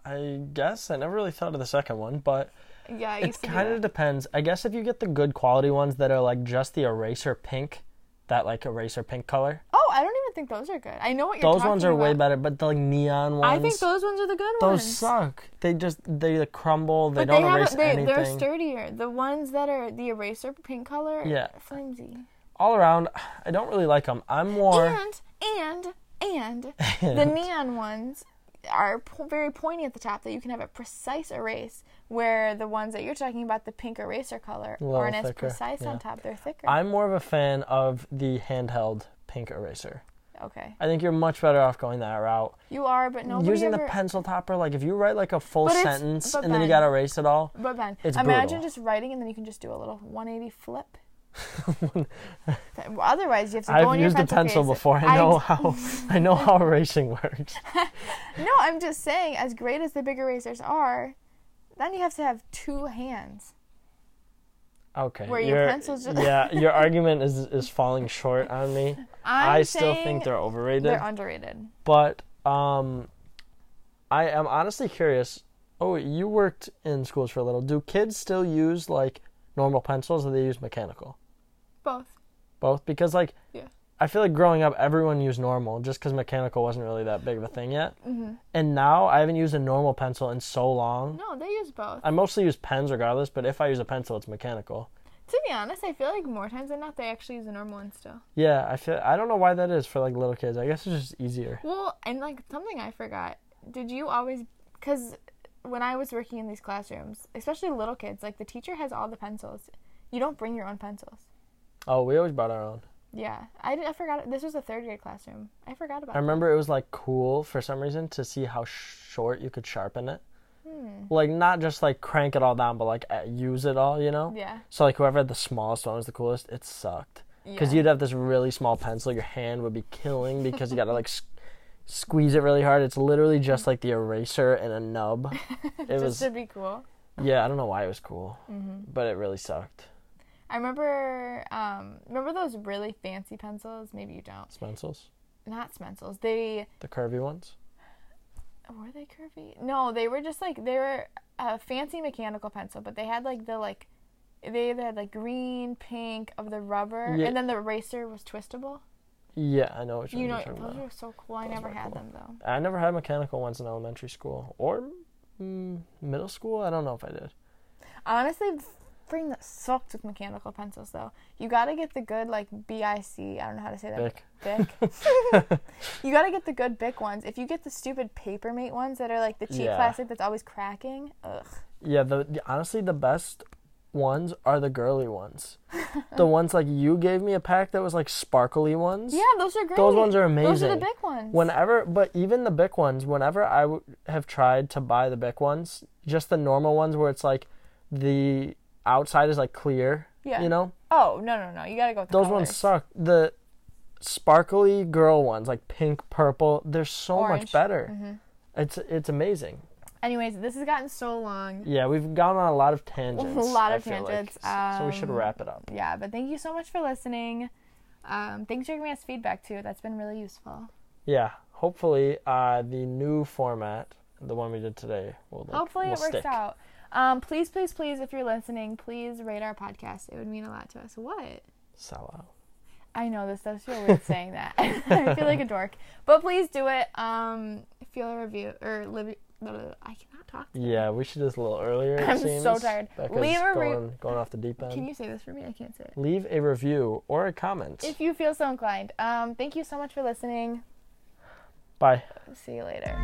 Speaker 2: I guess I never really thought of the second one, but
Speaker 1: Yeah, I
Speaker 2: it
Speaker 1: used to do
Speaker 2: kind
Speaker 1: that.
Speaker 2: of depends. I guess if you get the good quality ones that are like just the eraser pink, that like eraser pink color,
Speaker 1: Oh, I don't even think those are good. I know what you're
Speaker 2: those
Speaker 1: talking
Speaker 2: ones are way
Speaker 1: about.
Speaker 2: better. But the like neon ones,
Speaker 1: I think those ones are the good
Speaker 2: those
Speaker 1: ones.
Speaker 2: suck. They just they crumble. They
Speaker 1: But
Speaker 2: don't
Speaker 1: they have
Speaker 2: erase
Speaker 1: they,
Speaker 2: anything.
Speaker 1: they're sturdier. The ones that are the eraser pink color,
Speaker 2: Yeah.
Speaker 1: flimsy.
Speaker 2: All around, I don't really like them. I'm more.
Speaker 1: and and and the neon ones are po- very pointy at the top that you can have a precise erase. Where the ones that you're talking about, the pink eraser color,
Speaker 2: little
Speaker 1: aren't as
Speaker 2: thicker,
Speaker 1: precise
Speaker 2: yeah.
Speaker 1: on top. They're thicker.
Speaker 2: I'm more of a fan of the handheld pink eraser.
Speaker 1: okay,
Speaker 2: I think you're much better off going that route.
Speaker 1: you are, but nobody
Speaker 2: Using
Speaker 1: ever.
Speaker 2: the pencil topper, like if you write like a full
Speaker 1: But it's-
Speaker 2: sentence
Speaker 1: but
Speaker 2: and then you
Speaker 1: Ben-
Speaker 2: gotta erase it all.
Speaker 1: but Ben,
Speaker 2: It's
Speaker 1: imagine
Speaker 2: brutal.
Speaker 1: just writing and then you can just do a little 180 flip. Th- Otherwise, you have to go
Speaker 2: I've
Speaker 1: in
Speaker 2: used
Speaker 1: your
Speaker 2: a
Speaker 1: pencil
Speaker 2: pencil
Speaker 1: case.
Speaker 2: before. I know how I know how erasing works.
Speaker 1: No, I'm just saying, as great as the big erasers are, then you have to have two hands.
Speaker 2: Okay.
Speaker 1: Where your
Speaker 2: you're-
Speaker 1: pencils just-
Speaker 2: Yeah, your argument is is falling short on me.
Speaker 1: I'm
Speaker 2: i still
Speaker 1: saying
Speaker 2: think they're overrated.
Speaker 1: they're underrated.
Speaker 2: but um I am honestly curious. Oh, you worked in schools for a little. Do kids still use like normal pencils or they use mechanical?
Speaker 1: Both.
Speaker 2: Both because like
Speaker 1: Yeah.
Speaker 2: I feel like growing up, everyone used normal just because mechanical wasn't really that big of a thing yet.
Speaker 1: Mm-hmm.
Speaker 2: And now I haven't used a normal pencil in so long.
Speaker 1: No, they use both.
Speaker 2: I mostly use pens regardless, but if I use a pencil, it's mechanical.
Speaker 1: to be honest, I feel like more times than not they actually use a normal one still.
Speaker 2: Yeah, I feel I don't know why that is for like little kids. I guess it's just easier.
Speaker 1: Well, and like something I forgot. Did you always cuz when I was working in these classrooms, especially little kids, like the teacher has all the pencils. You don't bring your own pencils.
Speaker 2: Oh, we always brought our own.
Speaker 1: Yeah. I did, I forgot this was a 3rd grade classroom. I forgot about
Speaker 2: I remember it was like cool for some reason to see how short you could sharpen it.
Speaker 1: Hmm.
Speaker 2: Like not just like crank it all down, but like uh, use it all. You know.
Speaker 1: that. Yeah.
Speaker 2: So like whoever had the smallest one was the coolest. It sucked because
Speaker 1: Yeah.
Speaker 2: you'd have this really small pencil. Your hand would be killing because you got to like s- squeeze it really hard. It's literally just like the eraser and a nub. It
Speaker 1: Just
Speaker 2: was
Speaker 1: to be cool.
Speaker 2: yeah. I don't know why it was cool,
Speaker 1: Mm-hmm.
Speaker 2: but it really sucked.
Speaker 1: I remember, um, remember those really fancy pencils? Maybe you don't.
Speaker 2: Pencils,
Speaker 1: Not Spencils. They
Speaker 2: the curvy ones.
Speaker 1: were they curvy? No, they were just like they were a fancy mechanical pencil, but they had like the like they either had like green, pink of the rubber,
Speaker 2: Yeah.
Speaker 1: and then the eraser was twistable.
Speaker 2: Yeah, I know what
Speaker 1: You
Speaker 2: you're
Speaker 1: know,
Speaker 2: talking
Speaker 1: those
Speaker 2: about.
Speaker 1: were so cool. I
Speaker 2: Those
Speaker 1: never
Speaker 2: were
Speaker 1: had
Speaker 2: cool.
Speaker 1: them though.
Speaker 2: I never had mechanical ones in elementary school or mm, middle school. I don't know if I did.
Speaker 1: Honestly, freaking that sucked with mechanical pencils though. You gotta get the good like BIC. I don't know how to say that.
Speaker 2: Bic.
Speaker 1: Bic. you gotta get the good Bic ones. If you get the stupid Papermate ones that are like the cheap
Speaker 2: Yeah.
Speaker 1: plastic that's always cracking, ugh.
Speaker 2: Yeah, the, the honestly the best ones are the girly ones. the ones like you gave me a pack that was like sparkly ones.
Speaker 1: Yeah, those are great.
Speaker 2: Those ones are
Speaker 1: Those are the
Speaker 2: amazing.
Speaker 1: big ones.
Speaker 2: Whenever, but even the big ones, whenever I w- have tried to buy the big ones, just the normal ones where it's like the outside is like clear,
Speaker 1: Yeah.
Speaker 2: you know,
Speaker 1: oh no no no! You gotta go with the
Speaker 2: those
Speaker 1: colors.
Speaker 2: ones suck. The sparkly girl ones, like pink, purple, they're so
Speaker 1: Orange. Mm-hmm.
Speaker 2: much better. It's it's amazing.
Speaker 1: Anyways, this has gotten so long.
Speaker 2: Yeah, we've gone on a lot of tangents.
Speaker 1: A lot
Speaker 2: I
Speaker 1: of
Speaker 2: feel like.
Speaker 1: tangents,
Speaker 2: S- so we should
Speaker 1: um,
Speaker 2: wrap it up.
Speaker 1: Yeah, but thank you so much for listening. Um, thanks for giving us feedback too. That's been really useful.
Speaker 2: Yeah, hopefully uh, the new format, the one we did today, will like,
Speaker 1: Hopefully,
Speaker 2: will
Speaker 1: it works
Speaker 2: stick.
Speaker 1: out. Um, please, please, please, if you're listening, please rate our podcast. It would mean a lot to us. What?
Speaker 2: Sell out.
Speaker 1: I know this does feel weird saying that. I feel like a dork, but please do it. Um, feel a review or live. I cannot talk. today.
Speaker 2: Yeah, we should do this a little earlier. it
Speaker 1: I'm so
Speaker 2: seems.
Speaker 1: tired.
Speaker 2: Becca's
Speaker 1: Leave a re-
Speaker 2: going, going off the deep end.
Speaker 1: Can you say this for me? I can't say it.
Speaker 2: Leave a review or a comment.
Speaker 1: If you feel so inclined. Um, thank you so much for listening.
Speaker 2: Bye.
Speaker 1: See you later.